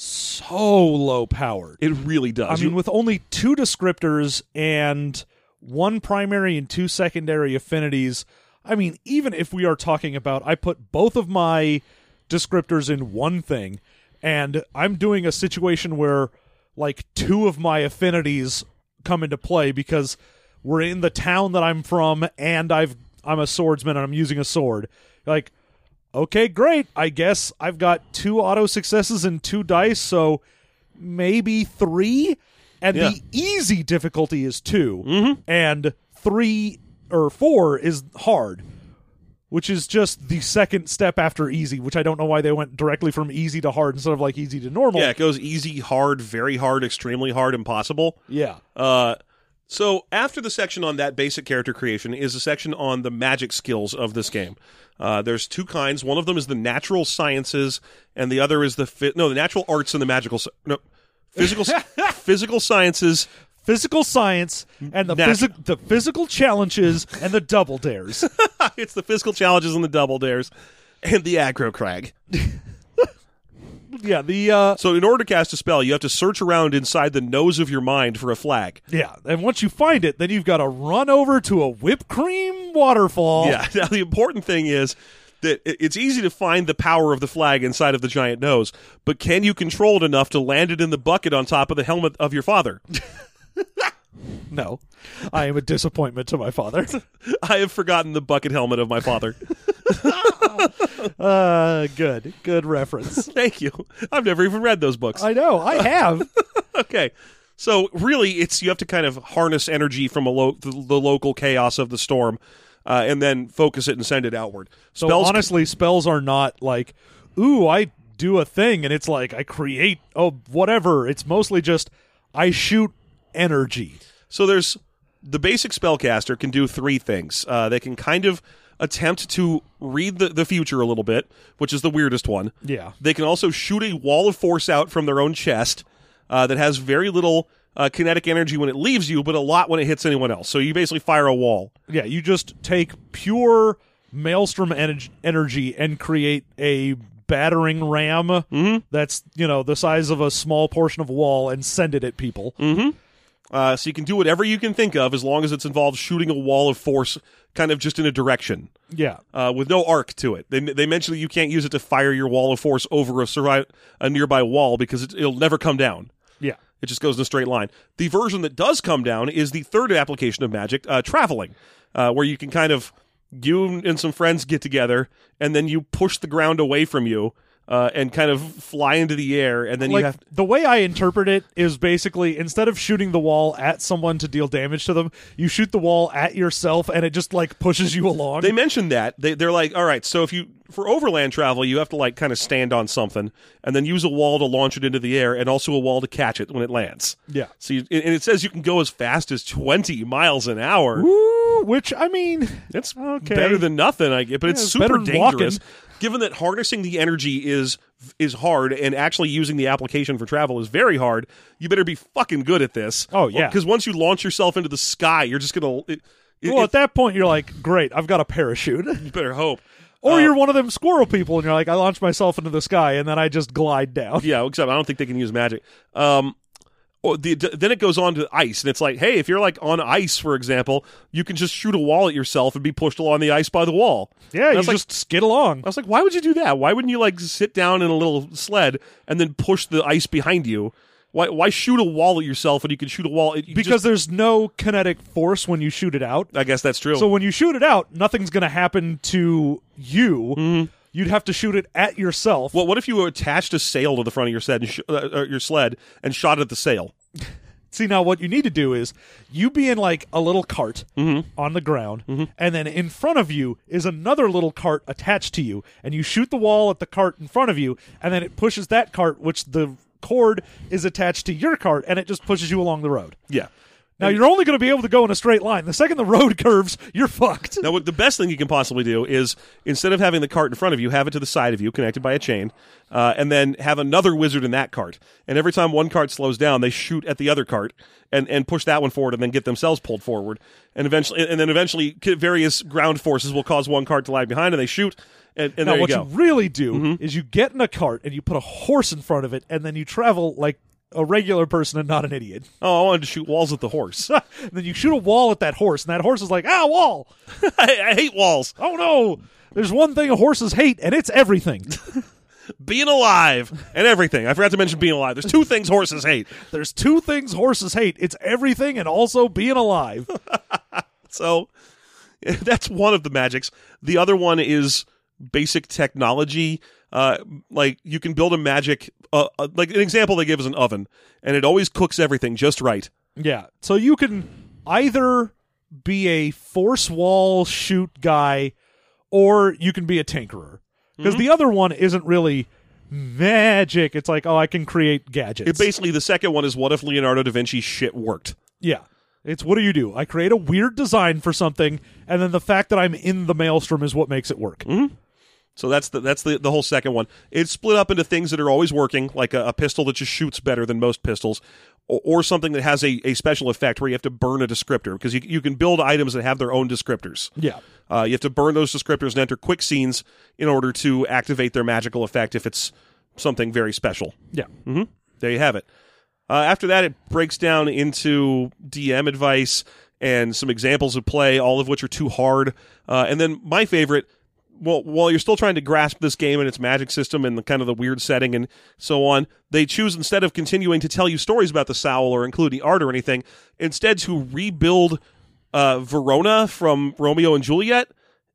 S2: so low powered.
S1: It really does.
S2: I
S1: You-
S2: mean, with only two descriptors and one primary and two secondary affinities, I mean, even if we are talking about, I put both of my descriptors in one thing, and I'm doing a situation where like two of my affinities come into play because we're in the town that I'm from and I've I'm a swordsman and I'm using a sword. Like, okay, great. I guess I've got two auto successes and two dice, so maybe three. And
S1: Yeah. Mm-hmm.
S2: the easy difficulty is 2 and three or four is hard, which is just the second step after easy. Which I don't know why they went directly from easy to hard instead of like easy to normal.
S1: Yeah, it goes easy, hard, very hard, extremely hard, impossible.
S2: yeah.
S1: Uh, so after the section on that basic character creation is a section on the magic skills of this game. Uh, there's two kinds. One of them is the natural sciences, and the other is the fi- no, the natural arts and the magical sci- no physical s- physical sciences.
S2: physical science and the
S1: Nat-
S2: physi- the physical challenges and the double dares.
S1: it's the physical challenges and the double dares, and the aggro crag.
S2: yeah, the uh
S1: So in order to cast a spell, you have to search around inside the nose of your mind for a flag.
S2: yeah, and once you find it, then you've got to run over to a whipped cream waterfall.
S1: Yeah. Now the important thing is that it- it's easy to find the power of the flag inside of the giant nose, but can you control it enough to land it in the bucket on top of the helmet of your father?
S2: No. I am a disappointment to my father.
S1: I have forgotten the bucket helmet of my father.
S2: Uh good. Good reference.
S1: Thank you. I've never even read those books.
S2: I know. I have.
S1: okay. So really, it's you have to kind of harness energy from a lo- the, the local chaos of the storm, uh, and then focus it and send it outward.
S2: So honestly, spells are not like, ooh, I do a thing and it's like I create oh whatever. It's mostly just I shoot energy.
S1: So there's the basic spellcaster can do three things. Uh, they can kind of attempt to read the, the future a little bit, which is the weirdest one.
S2: Yeah.
S1: They can also shoot a wall of force out from their own chest uh, that has very little uh, kinetic energy when it leaves you, but a lot when it hits anyone else. So you basically fire a wall.
S2: Yeah, you just take pure maelstrom ener- energy and create a battering ram that's you know the size of a small portion of a wall and send it at people.
S1: Uh, so you can do whatever you can think of as long as it's involved shooting a wall of force kind of just in a direction.
S2: Yeah,
S1: uh, with no arc to it. They, they mention that you can't use it to fire your wall of force over a, surri- a nearby wall because it, it'll never come down.
S2: yeah,
S1: It just goes in a straight line. The version that does come down is the third application of magic, uh, traveling, uh, where you can kind of you and some friends get together and then you push the ground away from you uh, and kind of fly into the air and then
S2: like
S1: you have
S2: the way I interpret it is basically instead of shooting the wall at someone to deal damage to them, you shoot the wall at yourself and it just like pushes you along.
S1: they mentioned that they, they're like all right so if you for overland travel you have to like kind of stand on something and then use a wall to launch it into the air and also a wall to catch it when it lands
S2: yeah,
S1: So you, and and it says you can go as fast as 20 miles an hour.
S2: Ooh, which I mean,
S1: That's
S2: okay.
S1: better than nothing, I get, but it's
S2: it's
S1: super
S2: better than
S1: dangerous.
S2: walking.
S1: Given that harnessing the energy is is hard, and actually using the application for travel is very hard, you better be fucking good at this.
S2: Oh, yeah.
S1: because once you launch yourself into the sky, you're just gonna. It, it,
S2: well
S1: it-
S2: at that point you're like, great, I've got a parachute.
S1: you better hope.
S2: Or
S1: Uh,
S2: you're one of them squirrel people and you're like, I launch myself into the sky and then I just glide down.
S1: Yeah, except I don't think they can use magic. Um, or the, then it goes on to ice, and it's like, hey, if you're like on ice, for example, you can just shoot a wall at yourself and be pushed along the ice by the wall.
S2: Yeah,
S1: And I
S2: you
S1: was like, Uh,
S2: just skid along.
S1: I was like, why would you do that? Why wouldn't you like sit down in a little sled and then push the ice behind you? Why why shoot a wall at yourself when you can shoot a wall? At, you
S2: Because
S1: just-
S2: there's no kinetic force when you shoot it out.
S1: I guess that's true.
S2: So when you shoot it out, nothing's going to happen to you.
S1: Mm-hmm.
S2: You'd have to shoot it at yourself.
S1: well, what if you attached a sail to the front of your sled and, sh- uh, uh, your sled and shot at the sail?
S2: See, now what you need to do is you be in like a little cart
S1: Mm-hmm.
S2: on the ground, and then in front of you is another little cart attached to you, and you shoot the wall at the cart in front of you, and then it pushes that cart, which the cord is attached to your cart, and it just pushes you along the road.
S1: Yeah.
S2: Now you're only going to be able to go in a straight line. The second the road curves, you're fucked.
S1: Now, what the best thing you can possibly do is instead of having the cart in front of you, have it to the side of you, connected by a chain, uh, and then have another wizard in that cart. And every time one cart slows down, they shoot at the other cart and, and push that one forward, and then get themselves pulled forward. And eventually, and then eventually, c- various ground forces will cause one cart to lag behind, and they shoot. And, and
S2: now
S1: there you
S2: what
S1: go. Mm-hmm.
S2: you really do is you get in a cart and you put a horse in front of it, and then you travel like a regular person and not an idiot.
S1: oh, I wanted to shoot walls at the horse.
S2: and then you shoot a wall at that horse, and that horse is like, ah, wall.
S1: I, I hate walls.
S2: Oh no. There's one thing horses hate, and it's everything.
S1: being alive and everything. I forgot to mention being alive. There's two things horses hate.
S2: There's two things horses hate. It's everything and also being alive.
S1: So that's one of the magics. The other one is basic technology. Uh, like you can build a magic, uh, uh, like an example they give is an oven, and it always cooks everything just right.
S2: Yeah. So you can either be a force wall shoot guy or you can be a tinkerer. Because the other one isn't really magic. It's like, oh, I can create gadgets.
S1: It basically the second one is what if Leonardo da Vinci shit worked?
S2: yeah. It's what do you do? I create a weird design for something, and then the fact that I'm in the maelstrom is what makes it work.
S1: So that's the that's the, the whole second one. It's split up into things that are always working, like a, a pistol that just shoots better than most pistols, or, or something that has a, a special effect where you have to burn a descriptor because you you can build items that have their own descriptors.
S2: Yeah.
S1: Uh, you have to burn those descriptors and enter quick scenes in order to activate their magical effect if it's something very special.
S2: Yeah.
S1: There you have it. Uh, after that, it breaks down into DM advice and some examples of play, all of which are too hard. Uh, and then my favorite, well, while you're still trying to grasp this game and its magic system and the kind of the weird setting and so on, they choose instead of continuing to tell you stories about the Sowl or include the art or anything, instead to rebuild uh, Verona from Romeo and Juliet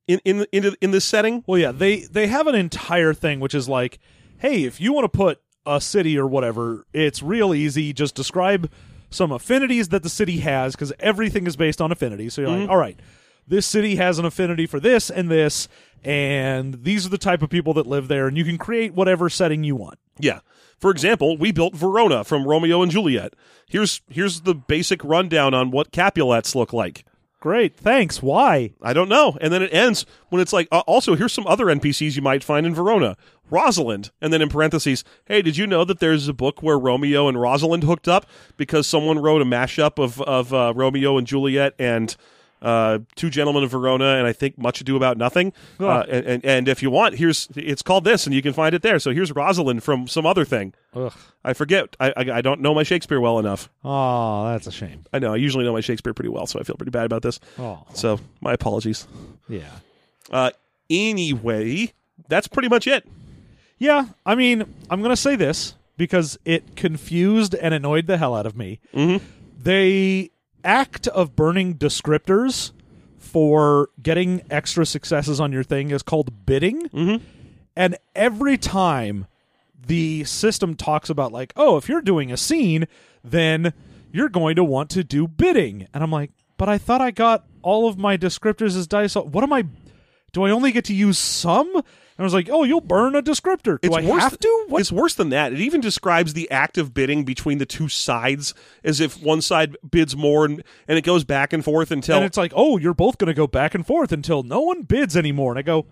S1: in in in, in this setting.
S2: Well, yeah, they they have an entire thing which is like, hey, if you want to put a city or whatever, it's real easy. Just describe some affinities that the city has because everything is based on affinity. So you're like, all right, this city has an affinity for this and this, and these are the type of people that live there, and you can create whatever setting you want.
S1: Yeah. For example, we built Verona from Romeo and Juliet. Here's here's the basic rundown on what Capulets look like.
S2: Great, thanks. Why?
S1: I don't know. And then it ends when it's like, uh, also, here's some other NPCs you might find in Verona. Rosalind. And then in parentheses, hey, did you know that there's a book where Romeo and Rosalind hooked up because someone wrote a mashup of, of uh, Romeo and Juliet and uh, Two Gentlemen of Verona and I think Much Ado About Nothing?
S2: Oh.
S1: Uh, and, and, and if you want, here's it's called this and you can find it there. So here's Rosalind from some other thing.
S2: Ugh.
S1: I forget. I, I, I don't know my Shakespeare well enough.
S2: Oh, that's a shame.
S1: I know. I usually know my Shakespeare pretty well, so I feel pretty bad about this.
S2: Oh,
S1: So my apologies.
S2: yeah.
S1: Uh, anyway, that's pretty much it.
S2: Yeah, I mean, I'm going to say this because it confused and annoyed the hell out of me. The act of burning descriptors for getting extra successes on your thing is called bidding.
S1: Mm-hmm.
S2: And every time the system talks about, like, oh, if you're doing a scene, then you're going to want to do bidding. And I'm like, but I thought I got all of my descriptors as dice. What am I? Do I only get to use some? And I was like, oh, you'll burn a descriptor. Do I
S1: worse
S2: have
S1: th-
S2: to? What?
S1: It's worse than that. It even describes the act of bidding between the two sides as if one side bids more and, and it goes back and forth until.
S2: And it's like, oh, you're both going to go back and forth until no one bids anymore. And I go,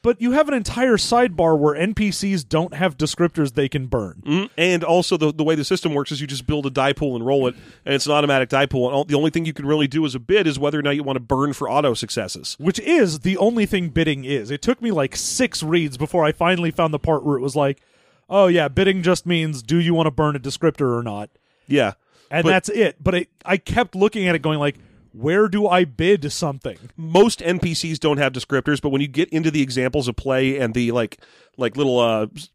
S2: but you have an entire sidebar where NPCs don't have descriptors they can burn.
S1: Mm, and also, the, the way the system works is you just build a die pool and roll it, and it's an automatic die pool. And all, the only thing you can really do as a bid is whether or not you want to burn for auto successes.
S2: which is the only thing bidding is. It took me like six reads before I finally found the part where it was like, oh yeah, bidding just means do you want to burn a descriptor or not,
S1: Yeah.
S2: and
S1: But-
S2: that's it. But it, I kept looking at it, going like, where do I bid something?
S1: most NPCs don't have descriptors, but when you get into the examples of play and the like, like little uh, s-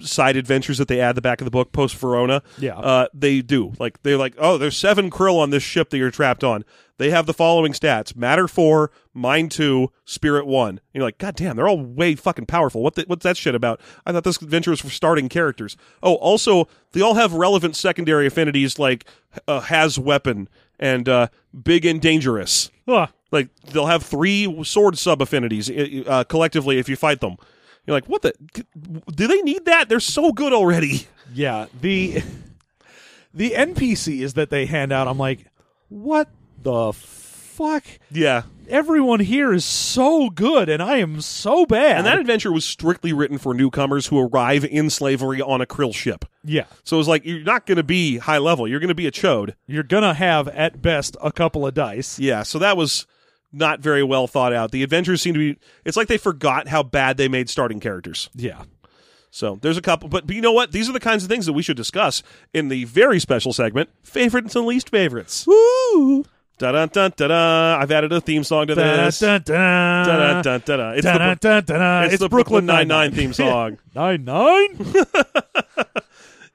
S1: side adventures that they add the back of the book post Verona,
S2: Yeah.
S1: uh, they do. Like they're like, oh, there's seven krill on this ship that you're trapped on. They have the following stats: matter four, mind two, spirit one. And you're like, god damn, they're all way fucking powerful. What the, what's that shit about? I thought this adventure was for starting characters. Oh, also they all have relevant secondary affinities like uh, has weapon and uh, big and dangerous.
S2: Ugh.
S1: Like they'll have three sword sub affinities uh, collectively if you fight them. You're like, what the? Do they need that? They're so good already.
S2: Yeah, the the NPCs that they hand out, I'm like, what the fuck?
S1: Yeah,
S2: Everyone here is so good, and I am so bad.
S1: and that adventure was strictly written for newcomers who arrive in slavery on a krill ship.
S2: yeah,
S1: So it's like you're not going to be high level. You're going to be a chode.
S2: you're gonna have at best a couple of dice.
S1: Yeah. So that was not very well thought out. The adventures seem to be. It's like they forgot how bad they made starting characters.
S2: Yeah.
S1: So there's a couple, but, but you know what? These are the kinds of things that we should discuss in the very special segment, favorites and least favorites.
S2: Woo!
S1: Da da da da da. I've added a theme song to this. Da da da da da. It's the it's the Brooklyn Nine-Nine theme song.
S2: Nine Nine.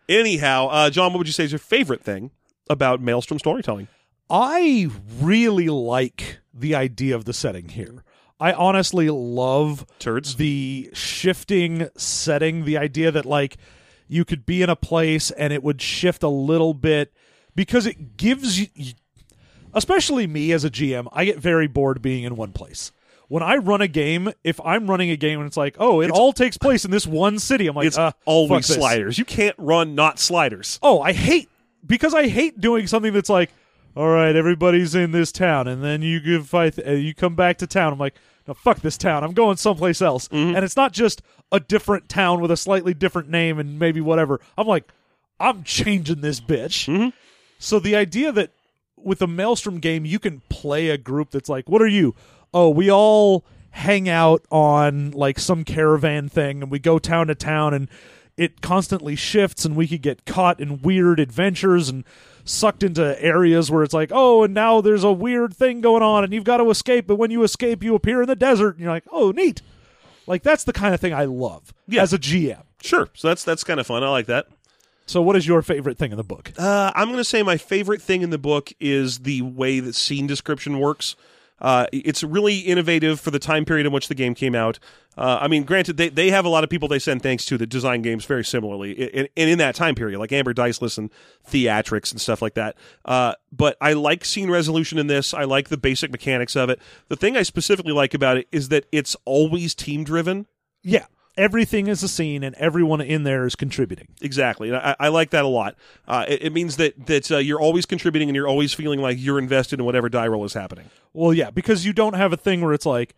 S1: Anyhow, uh, John, what would you say is your favorite thing about Maelstrom storytelling?
S2: I really like the idea of the setting here. I honestly love
S1: Turds.
S2: the shifting setting, the idea that like you could be in a place and it would shift a little bit because it gives you especially me as a GM, I get very bored being in one place. When I run a game, if I'm running a game and it's like, oh, it all takes place in this one city, I'm like,
S1: It's
S2: uh,
S1: always
S2: fuck this.
S1: sliders. You can't run not sliders.
S2: Oh, I hate because I hate doing something that's like, all right, everybody's in this town, and then you give fight, uh, you come back to town. I'm like, no, fuck this town. I'm going someplace else, and it's not just a different town with a slightly different name and maybe whatever. I'm like, I'm changing this bitch. So the idea that with a Maelstrom game, you can play a group that's like, what are you? Oh, we all hang out on like some caravan thing and we go town to town and it constantly shifts and we could get caught in weird adventures and sucked into areas where it's like, oh, and now there's a weird thing going on and you've got to escape. But when you escape, you appear in the desert and you're like, oh, neat. Like that's the kind of thing I love
S1: Yeah.
S2: as a GM.
S1: Sure. So that's that's kind of fun. I like that.
S2: So what is your favorite thing in the book?
S1: Uh, I'm going to say my favorite thing in the book is the way that scene description works. Uh, it's really innovative for the time period in which the game came out. Uh, I mean, granted, they, they have a lot of people they send thanks to that design games very similarly, i- in, and in that time period, like Amber Diceless and Theatrics and stuff like that. Uh, but I like scene resolution in this. I like the basic mechanics of it. The thing I specifically like about it is that it's always team driven.
S2: Yeah. Everything is a scene and everyone in there is contributing.
S1: Exactly, and I, I like that a lot. Uh, it, it means that that uh, you're always contributing and you're always feeling like you're invested in whatever die roll is happening.
S2: Well, yeah, because you don't have a thing where it's like,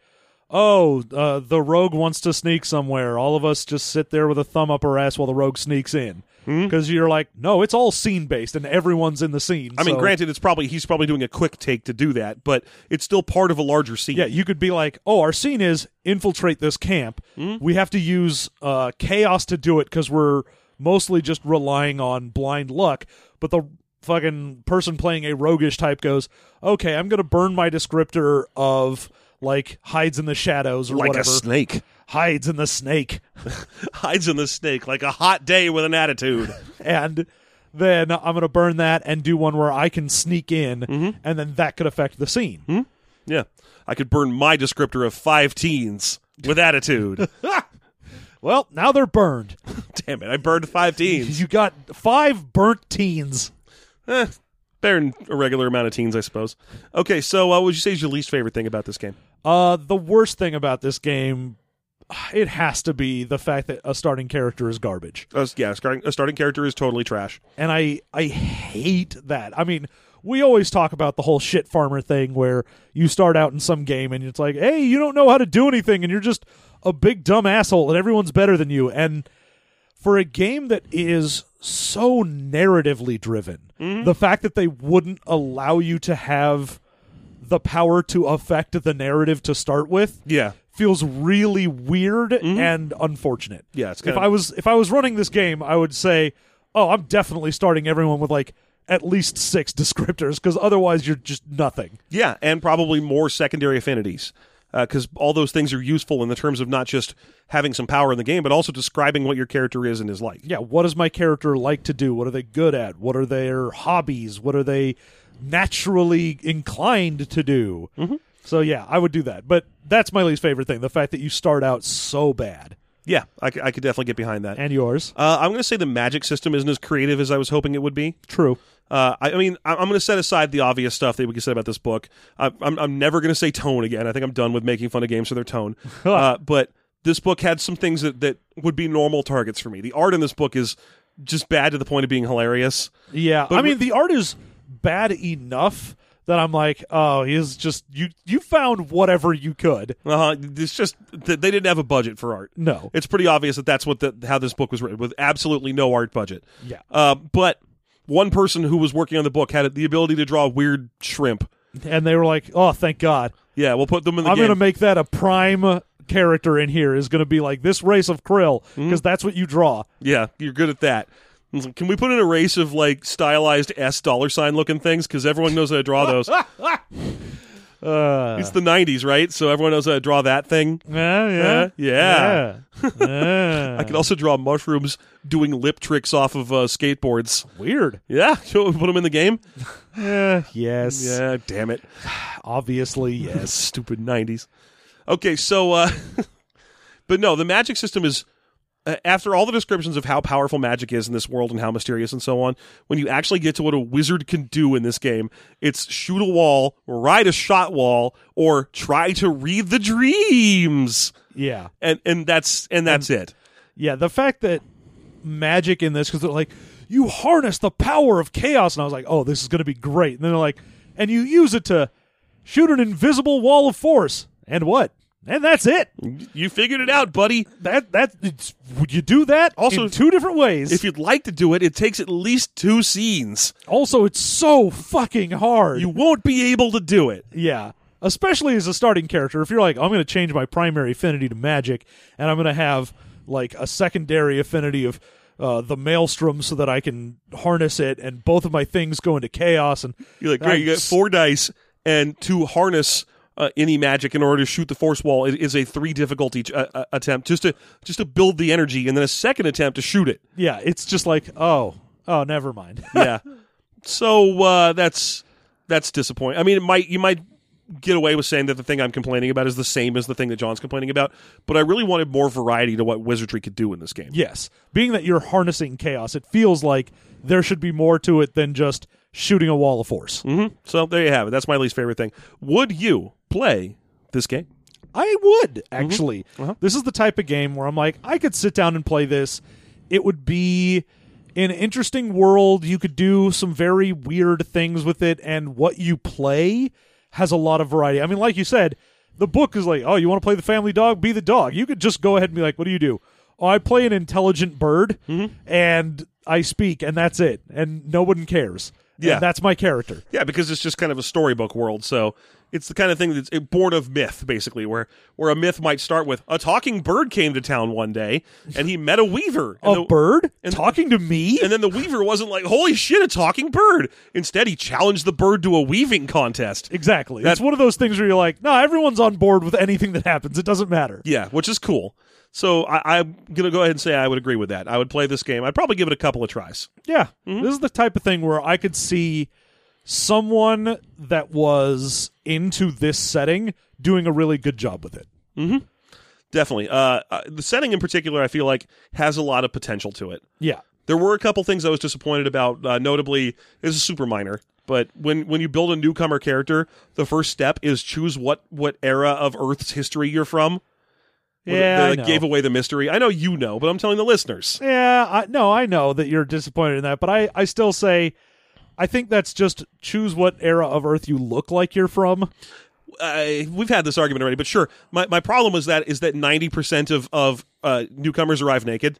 S2: oh, uh, the rogue wants to sneak somewhere. All of us just sit there with a thumb up our ass while the rogue sneaks in.
S1: Hmm?
S2: Because you're like, no, it's all scene based and everyone's in the scene.
S1: I mean,
S2: so-
S1: granted, it's probably he's probably doing a quick take to do that, but it's still part of a larger scene.
S2: Yeah, you could be like, oh, our scene is infiltrate this camp.
S1: Hmm?
S2: We have to use uh, chaos to do it because we're mostly just relying on blind luck. But the fucking person playing a roguish type goes, okay, I'm going to burn my descriptor of like hides in the shadows or
S1: like
S2: whatever.
S1: a snake
S2: hides in the snake.
S1: hides in the snake, like a hot day with an attitude.
S2: and then I'm going to burn that and do one where I can sneak in,
S1: Mm-hmm.
S2: and then that could affect the scene.
S1: Hmm? yeah, I could burn my descriptor of five teens with attitude.
S2: Well, now they're burned.
S1: Damn it, I burned five teens.
S2: You got five burnt teens.
S1: eh, better than a regular amount of teens, I suppose. Okay, so uh, what would you say is your least favorite thing about this game?
S2: Uh, the worst thing about this game, it has to be the fact that a starting character is garbage,
S1: Uh, yeah, starting, a starting character is totally trash.
S2: and I I hate that. I mean. We always talk about the whole shit farmer thing where you start out in some game and it's like, hey, you don't know how to do anything and you're just a big dumb asshole and everyone's better than you. And for a game that is so narratively driven, the fact that they wouldn't allow you to have the power to affect the narrative to start with
S1: Yeah.
S2: feels really weird and unfortunate.
S1: Yeah, it's
S2: if
S1: kinda-
S2: I was if I was running this game, I would say, "Oh, I'm definitely starting everyone with like at least 6 descriptors because otherwise you're just nothing."
S1: Yeah, and probably more secondary affinities. Because all those things are useful in the terms of not just having some power in the game, but also describing what your character is and is like.
S2: Yeah, what does my character like to do? What are they good at? What are their hobbies? What are they naturally inclined to do? So yeah, I would do that. But that's my least favorite thing, the fact that you start out so bad.
S1: Yeah, I, c- I could definitely get behind that.
S2: And yours?
S1: Uh, I'm going to say the magic system isn't as creative as I was hoping it would be.
S2: True.
S1: Uh, I, I mean, I, I'm going to set aside the obvious stuff that we can say about this book. I, I'm, I'm never going to say tone again. I think I'm done with making fun of games for their tone. uh, but this book had some things that, that would be normal targets for me. The art in this book is just bad to the point of being hilarious.
S2: Yeah, I
S1: we-
S2: mean the art is bad enough that I'm like, oh, he's just you. You found whatever you could.
S1: Uh, it's just th- they didn't have a budget for art.
S2: No,
S1: It's pretty obvious that that's what the, how this book was written with absolutely no art budget.
S2: Yeah.
S1: Uh, but one person who was working on the book had the ability to draw weird shrimp.
S2: and they were like, oh, thank God,
S1: Yeah, we'll put them in the
S2: I'm
S1: game.
S2: gonna make that a prime Hmm? character in here is gonna be like this race of krill because that's what you draw.
S1: yeah, you're good at that. It's like, Can we put in a race of like stylized S dollar sign looking things? Because everyone knows how to draw those.
S2: Uh,
S1: it's the 90s, right? So everyone knows how to draw that thing.
S2: yeah, yeah,
S1: yeah.
S2: yeah. yeah.
S1: I can also draw mushrooms doing lip tricks off of uh, skateboards.
S2: Weird.
S1: Yeah, so we put them in the game.
S2: Yeah. Yes.
S1: Yeah, damn it.
S2: Obviously, yes.
S1: Stupid 90s. Okay, so, uh, but no, the magic system is, uh, after all the descriptions of how powerful magic is in this world and how mysterious and so on, when you actually get to what a wizard can do in this game, it's shoot a wall, ride a shot wall, or try to read the dreams.
S2: yeah.
S1: And, and that's, and that's it.
S2: Yeah. The fact that magic in this, because they're like, you harness the power of chaos. And I was like, oh, this is going to be great. And then they're like, and you use it to shoot an invisible wall of force. And what? And that's it.
S1: You figured it out, buddy.
S2: That, that, it's, would you do that?
S1: Also-
S2: in two different ways.
S1: If you'd like to do it, it takes at least two scenes.
S2: also, it's so fucking hard.
S1: You won't be able to do it.
S2: Yeah. Especially as a starting character, if you're like, I'm going to change my primary affinity to magic, and I'm going to have like a secondary affinity of uh, the maelstrom so that I can harness it, and both of my things go into chaos. And
S1: You're like, great, you got
S2: Nice.
S1: four dice, and to harness uh, any magic in order to shoot the force wall is, is a three difficulty uh, uh, attempt just to just to build the energy, and then a second attempt to shoot it.
S2: yeah, it's just like, oh, oh, never mind.
S1: Yeah. so uh, that's that's disappointing. I mean, it might you might get away with saying that the thing I'm complaining about is the same as the thing that John's complaining about, but I really wanted more variety to what wizardry could do in this game.
S2: yes, being that you're harnessing chaos, it feels like there should be more to it than just shooting a wall of force.
S1: hmm So there you have it. That's my least favorite thing. Would you play this game?
S2: I would
S1: Mm-hmm.
S2: actually.
S1: Uh-huh.
S2: This is the type of game where I'm like, I could sit down and play this. It would be an interesting world. You could do some very weird things with it, and what you play has a lot of variety. I mean, like you said, the book is like, oh, you want to play the family dog? Be the dog. You could just go ahead and be like, what do you do? Oh, I play an intelligent bird,
S1: Mm-hmm.
S2: and I speak, and that's it, and no one cares. And
S1: Yeah.
S2: that's my character.
S1: Yeah, because it's just kind of a storybook world, so it's the kind of thing that's eh, born of myth, basically, where where a myth might start with a talking bird came to town one day and he met a weaver.
S2: A
S1: And, the,
S2: bird talking to me?
S1: and then the weaver wasn't like, "Holy shit, a talking bird!" Instead, he challenged the bird to a weaving contest.
S2: Exactly.
S1: That-
S2: it's one of those things where you're like, no, everyone's on board with anything that happens. It doesn't matter.
S1: Yeah, which is cool. So I, I'm gonna go ahead and say I would agree with that. I would play this game. I'd probably give it a couple of tries.
S2: Yeah.
S1: Mm-hmm.
S2: This is the type of thing where I could see someone that was into this setting doing a really good job with it.
S1: Definitely. Uh, uh, the setting in particular, I feel like has a lot of potential to it.
S2: Yeah.
S1: There were a couple things I was disappointed about. Uh, notably, it's a super minor, but when when you build a newcomer character, the first step is choose what what era of Earth's history you're from. Well, they-
S2: Yeah,
S1: they,
S2: I
S1: like,
S2: know.
S1: gave away the mystery. I know you know, but I'm telling the listeners.
S2: Yeah, I no, I know that you're disappointed in that, but I, I still say I think that's just choose what era of Earth you look like you're from.
S1: Uh, we've had this argument already, but sure. My my problem was that is that 90 percent of of uh, newcomers arrive naked.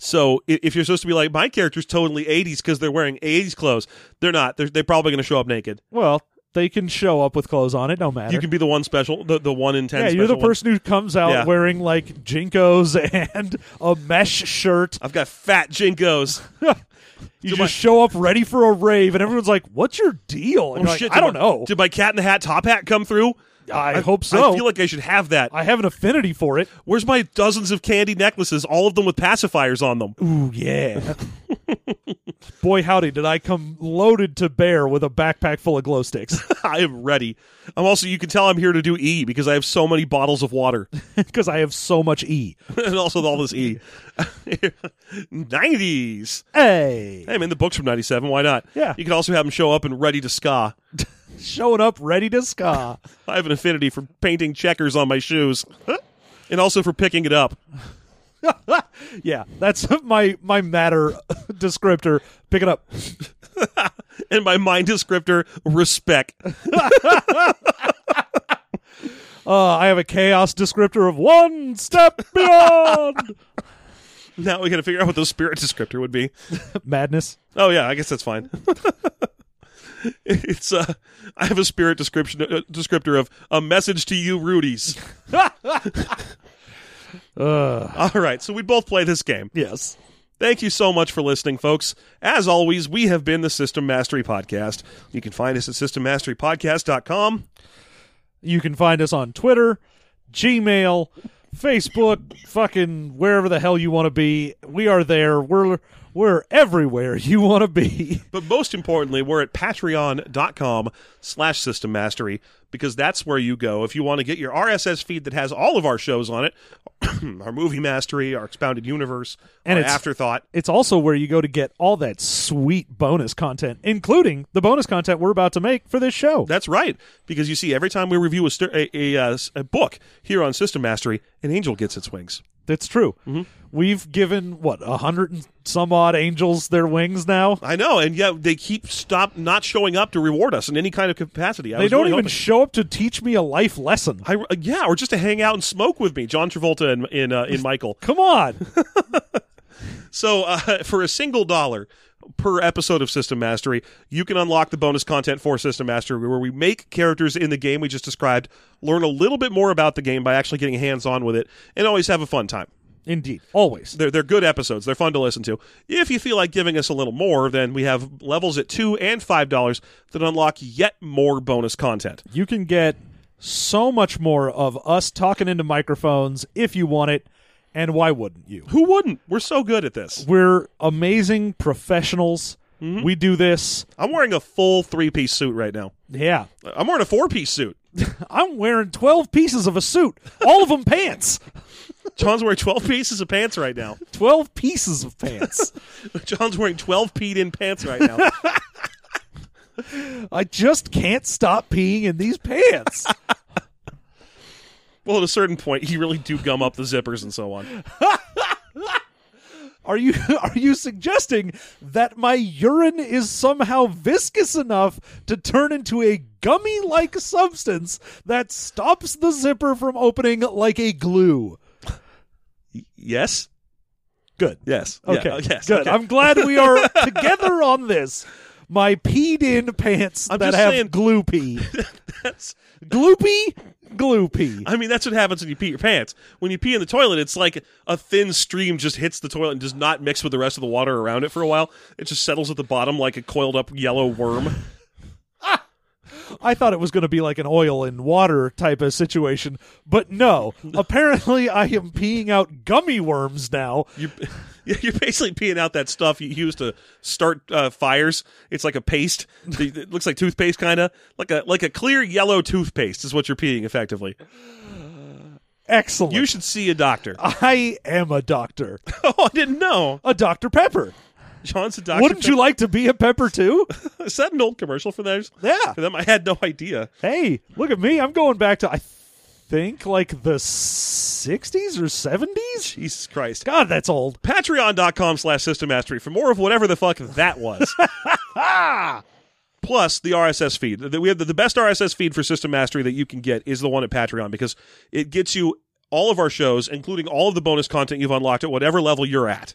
S1: So i- if you're supposed to be like my character's totally 80s because they're wearing 80s clothes, they're not. They're, they're probably going to show up naked.
S2: Well, they can show up with clothes on. It don't matter.
S1: You can be the one special, the, the one in ten.
S2: yeah, you're the
S1: special one.
S2: person who comes out
S1: Yeah.
S2: wearing like jinkos and a mesh shirt
S1: I've got fat jinkos.
S2: You just show up ready for a rave, and everyone's like, "What's your deal?" And you're
S1: Oh,
S2: like,
S1: Shit,
S2: I
S1: did
S2: don't
S1: my-
S2: know.
S1: Did my cat in the hat top hat come through?
S2: I, hope so.
S1: I feel like I should have that.
S2: I have an affinity for it.
S1: Where's my dozens of candy necklaces, all of them with pacifiers on them?
S2: Ooh yeah. Boy howdy, did I come loaded to bear with a backpack full of glow sticks
S1: I am ready. I'm also, you can tell I'm here to do E because I have so many bottles of water
S2: because I have so much E.
S1: and also all this E. 90s.
S2: Hey,
S1: Hey, man, the book's from 97. Why not?
S2: Yeah.
S1: You can also have them show up and ready to ska.
S2: showing up ready to ska.
S1: I have an affinity for painting checkers on my shoes and also for picking it up.
S2: yeah, that's my my matter descriptor. Pick it up.
S1: And my mind descriptor, respect.
S2: Uh, I have a chaos descriptor of one step beyond
S1: Now we got to figure out what the spirit descriptor would be.
S2: madness.
S1: Oh yeah, I guess that's fine. it's uh, I have a spirit description uh, descriptor of a message to you, Rudy's.
S2: Uh,
S1: All right, so we both play this game.
S2: yes.
S1: Thank you so much for listening, folks. As always, we have been the System Mastery Podcast. You can find us at systemmasterypodcast.com.
S2: You can find us on Twitter, Gmail, Facebook, fucking wherever the hell you want to be. We are there. We're we're everywhere you want to be.
S1: But most importantly, we're at patreon.com slash system mastery because that's where you go if you want to get your RSS feed that has all of our shows on it, our movie mastery, our expounded universe,
S2: And
S1: our
S2: it's-
S1: afterthought.
S2: It's also where you go to get all that sweet bonus content, including the bonus content we're about to make for this show.
S1: That's right, because you see, every time we review a, st- a, a, uh, s- a book here on System Mastery, an angel gets its wings.
S2: That's true.
S1: Mm-hmm.
S2: We've given what a hundred and some odd angels their wings now.
S1: I know, and yet they keep stop not showing up to reward us in any kind of capacity. I
S2: They
S1: was
S2: don't
S1: really
S2: even
S1: hoping-
S2: show up to teach me a life lesson.
S1: I, uh, yeah, or just to hang out and smoke with me, John Travolta and in uh, in Michael.
S2: Come on.
S1: So uh, for a single dollar per episode of System Mastery, you can unlock the bonus content for System Mastery, where we make characters in the game we just described learn a little bit more about the game by actually getting hands on with it, and always have a fun time.
S2: Indeed. Always.
S1: They're they're good episodes. They're fun to listen to. If you feel like giving us a little more, then we have levels at two and five dollars that unlock yet more bonus content.
S2: You can get so much more of us talking into microphones if you want it, and why wouldn't you?
S1: Who wouldn't? We're so good at this.
S2: We're amazing professionals. We do this.
S1: I'm wearing a full three piece suit right now.
S2: Yeah.
S1: I'm wearing a four piece suit.
S2: I'm wearing 12 pieces of a suit, all of them pants.
S1: John's wearing 12 pieces of pants right now.
S2: 12 pieces of pants.
S1: John's wearing 12 peed in pants right now.
S2: I just can't stop peeing in these pants.
S1: well, at a certain point, you really do gum up the zippers and so on.
S2: Are you are you suggesting that my urine is somehow viscous enough to turn into a gummy-like substance that stops the zipper from opening like a glue?
S1: Yes?
S2: Good.
S1: Yes. Yeah.
S2: Okay.
S1: Uh, yes.
S2: Good.
S1: Okay.
S2: I'm glad we are together on this. My peed in pants
S1: I'm
S2: that
S1: just
S2: have
S1: saying-
S2: glue pee.
S1: That's-
S2: Gloopy, glue pee.
S1: I mean, that's what happens when you pee your pants. When you pee in the toilet, it's like a thin stream just hits the toilet and does not mix with the rest of the water around it for a while. It just settles at the bottom like a coiled up yellow worm.
S2: I thought it was going to be like an oil and water type of situation, but no. Apparently, I am peeing out gummy worms now.
S1: You're, you're basically peeing out that stuff you use to start uh, fires. It's like a paste. It looks like toothpaste, kind of like a like a clear yellow toothpaste is what you're peeing effectively.
S2: Excellent.
S1: You should see a doctor.
S2: I am a doctor.
S1: oh, I didn't know.
S2: A Dr. Pepper.
S1: John's a doctor.
S2: Wouldn't you like to be a Pepper too?
S1: Is that an old commercial for theirs?
S2: Yeah.
S1: For them, I had no idea.
S2: Hey, look at me. I'm going back to, I think, like the 60s or 70s?
S1: Jesus Christ.
S2: God, that's old.
S1: Patreon.com slash System Mastery for more of whatever the fuck that was. Plus the RSS feed. The- We have the, the best RSS feed for System Mastery that you can get is the one at Patreon because it gets you all of our shows, including all of the bonus content you've unlocked at whatever level you're at.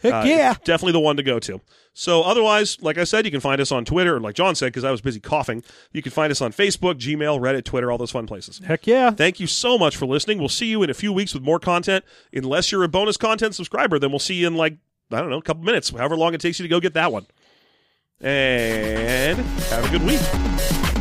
S2: Heck
S1: Uh,
S2: yeah.
S1: it's Definitely the one to go to. So otherwise, like I said, you can find us on Twitter, or like John said, because I was busy coughing. You can find us on Facebook, Gmail, Reddit, Twitter, all those fun places.
S2: Heck yeah.
S1: Thank you so much for listening. We'll see you in a few weeks with more content. Unless you're a bonus content subscriber, then we'll see you in like, I don't know, a couple minutes, however long it takes you to go get that one. And have a good week.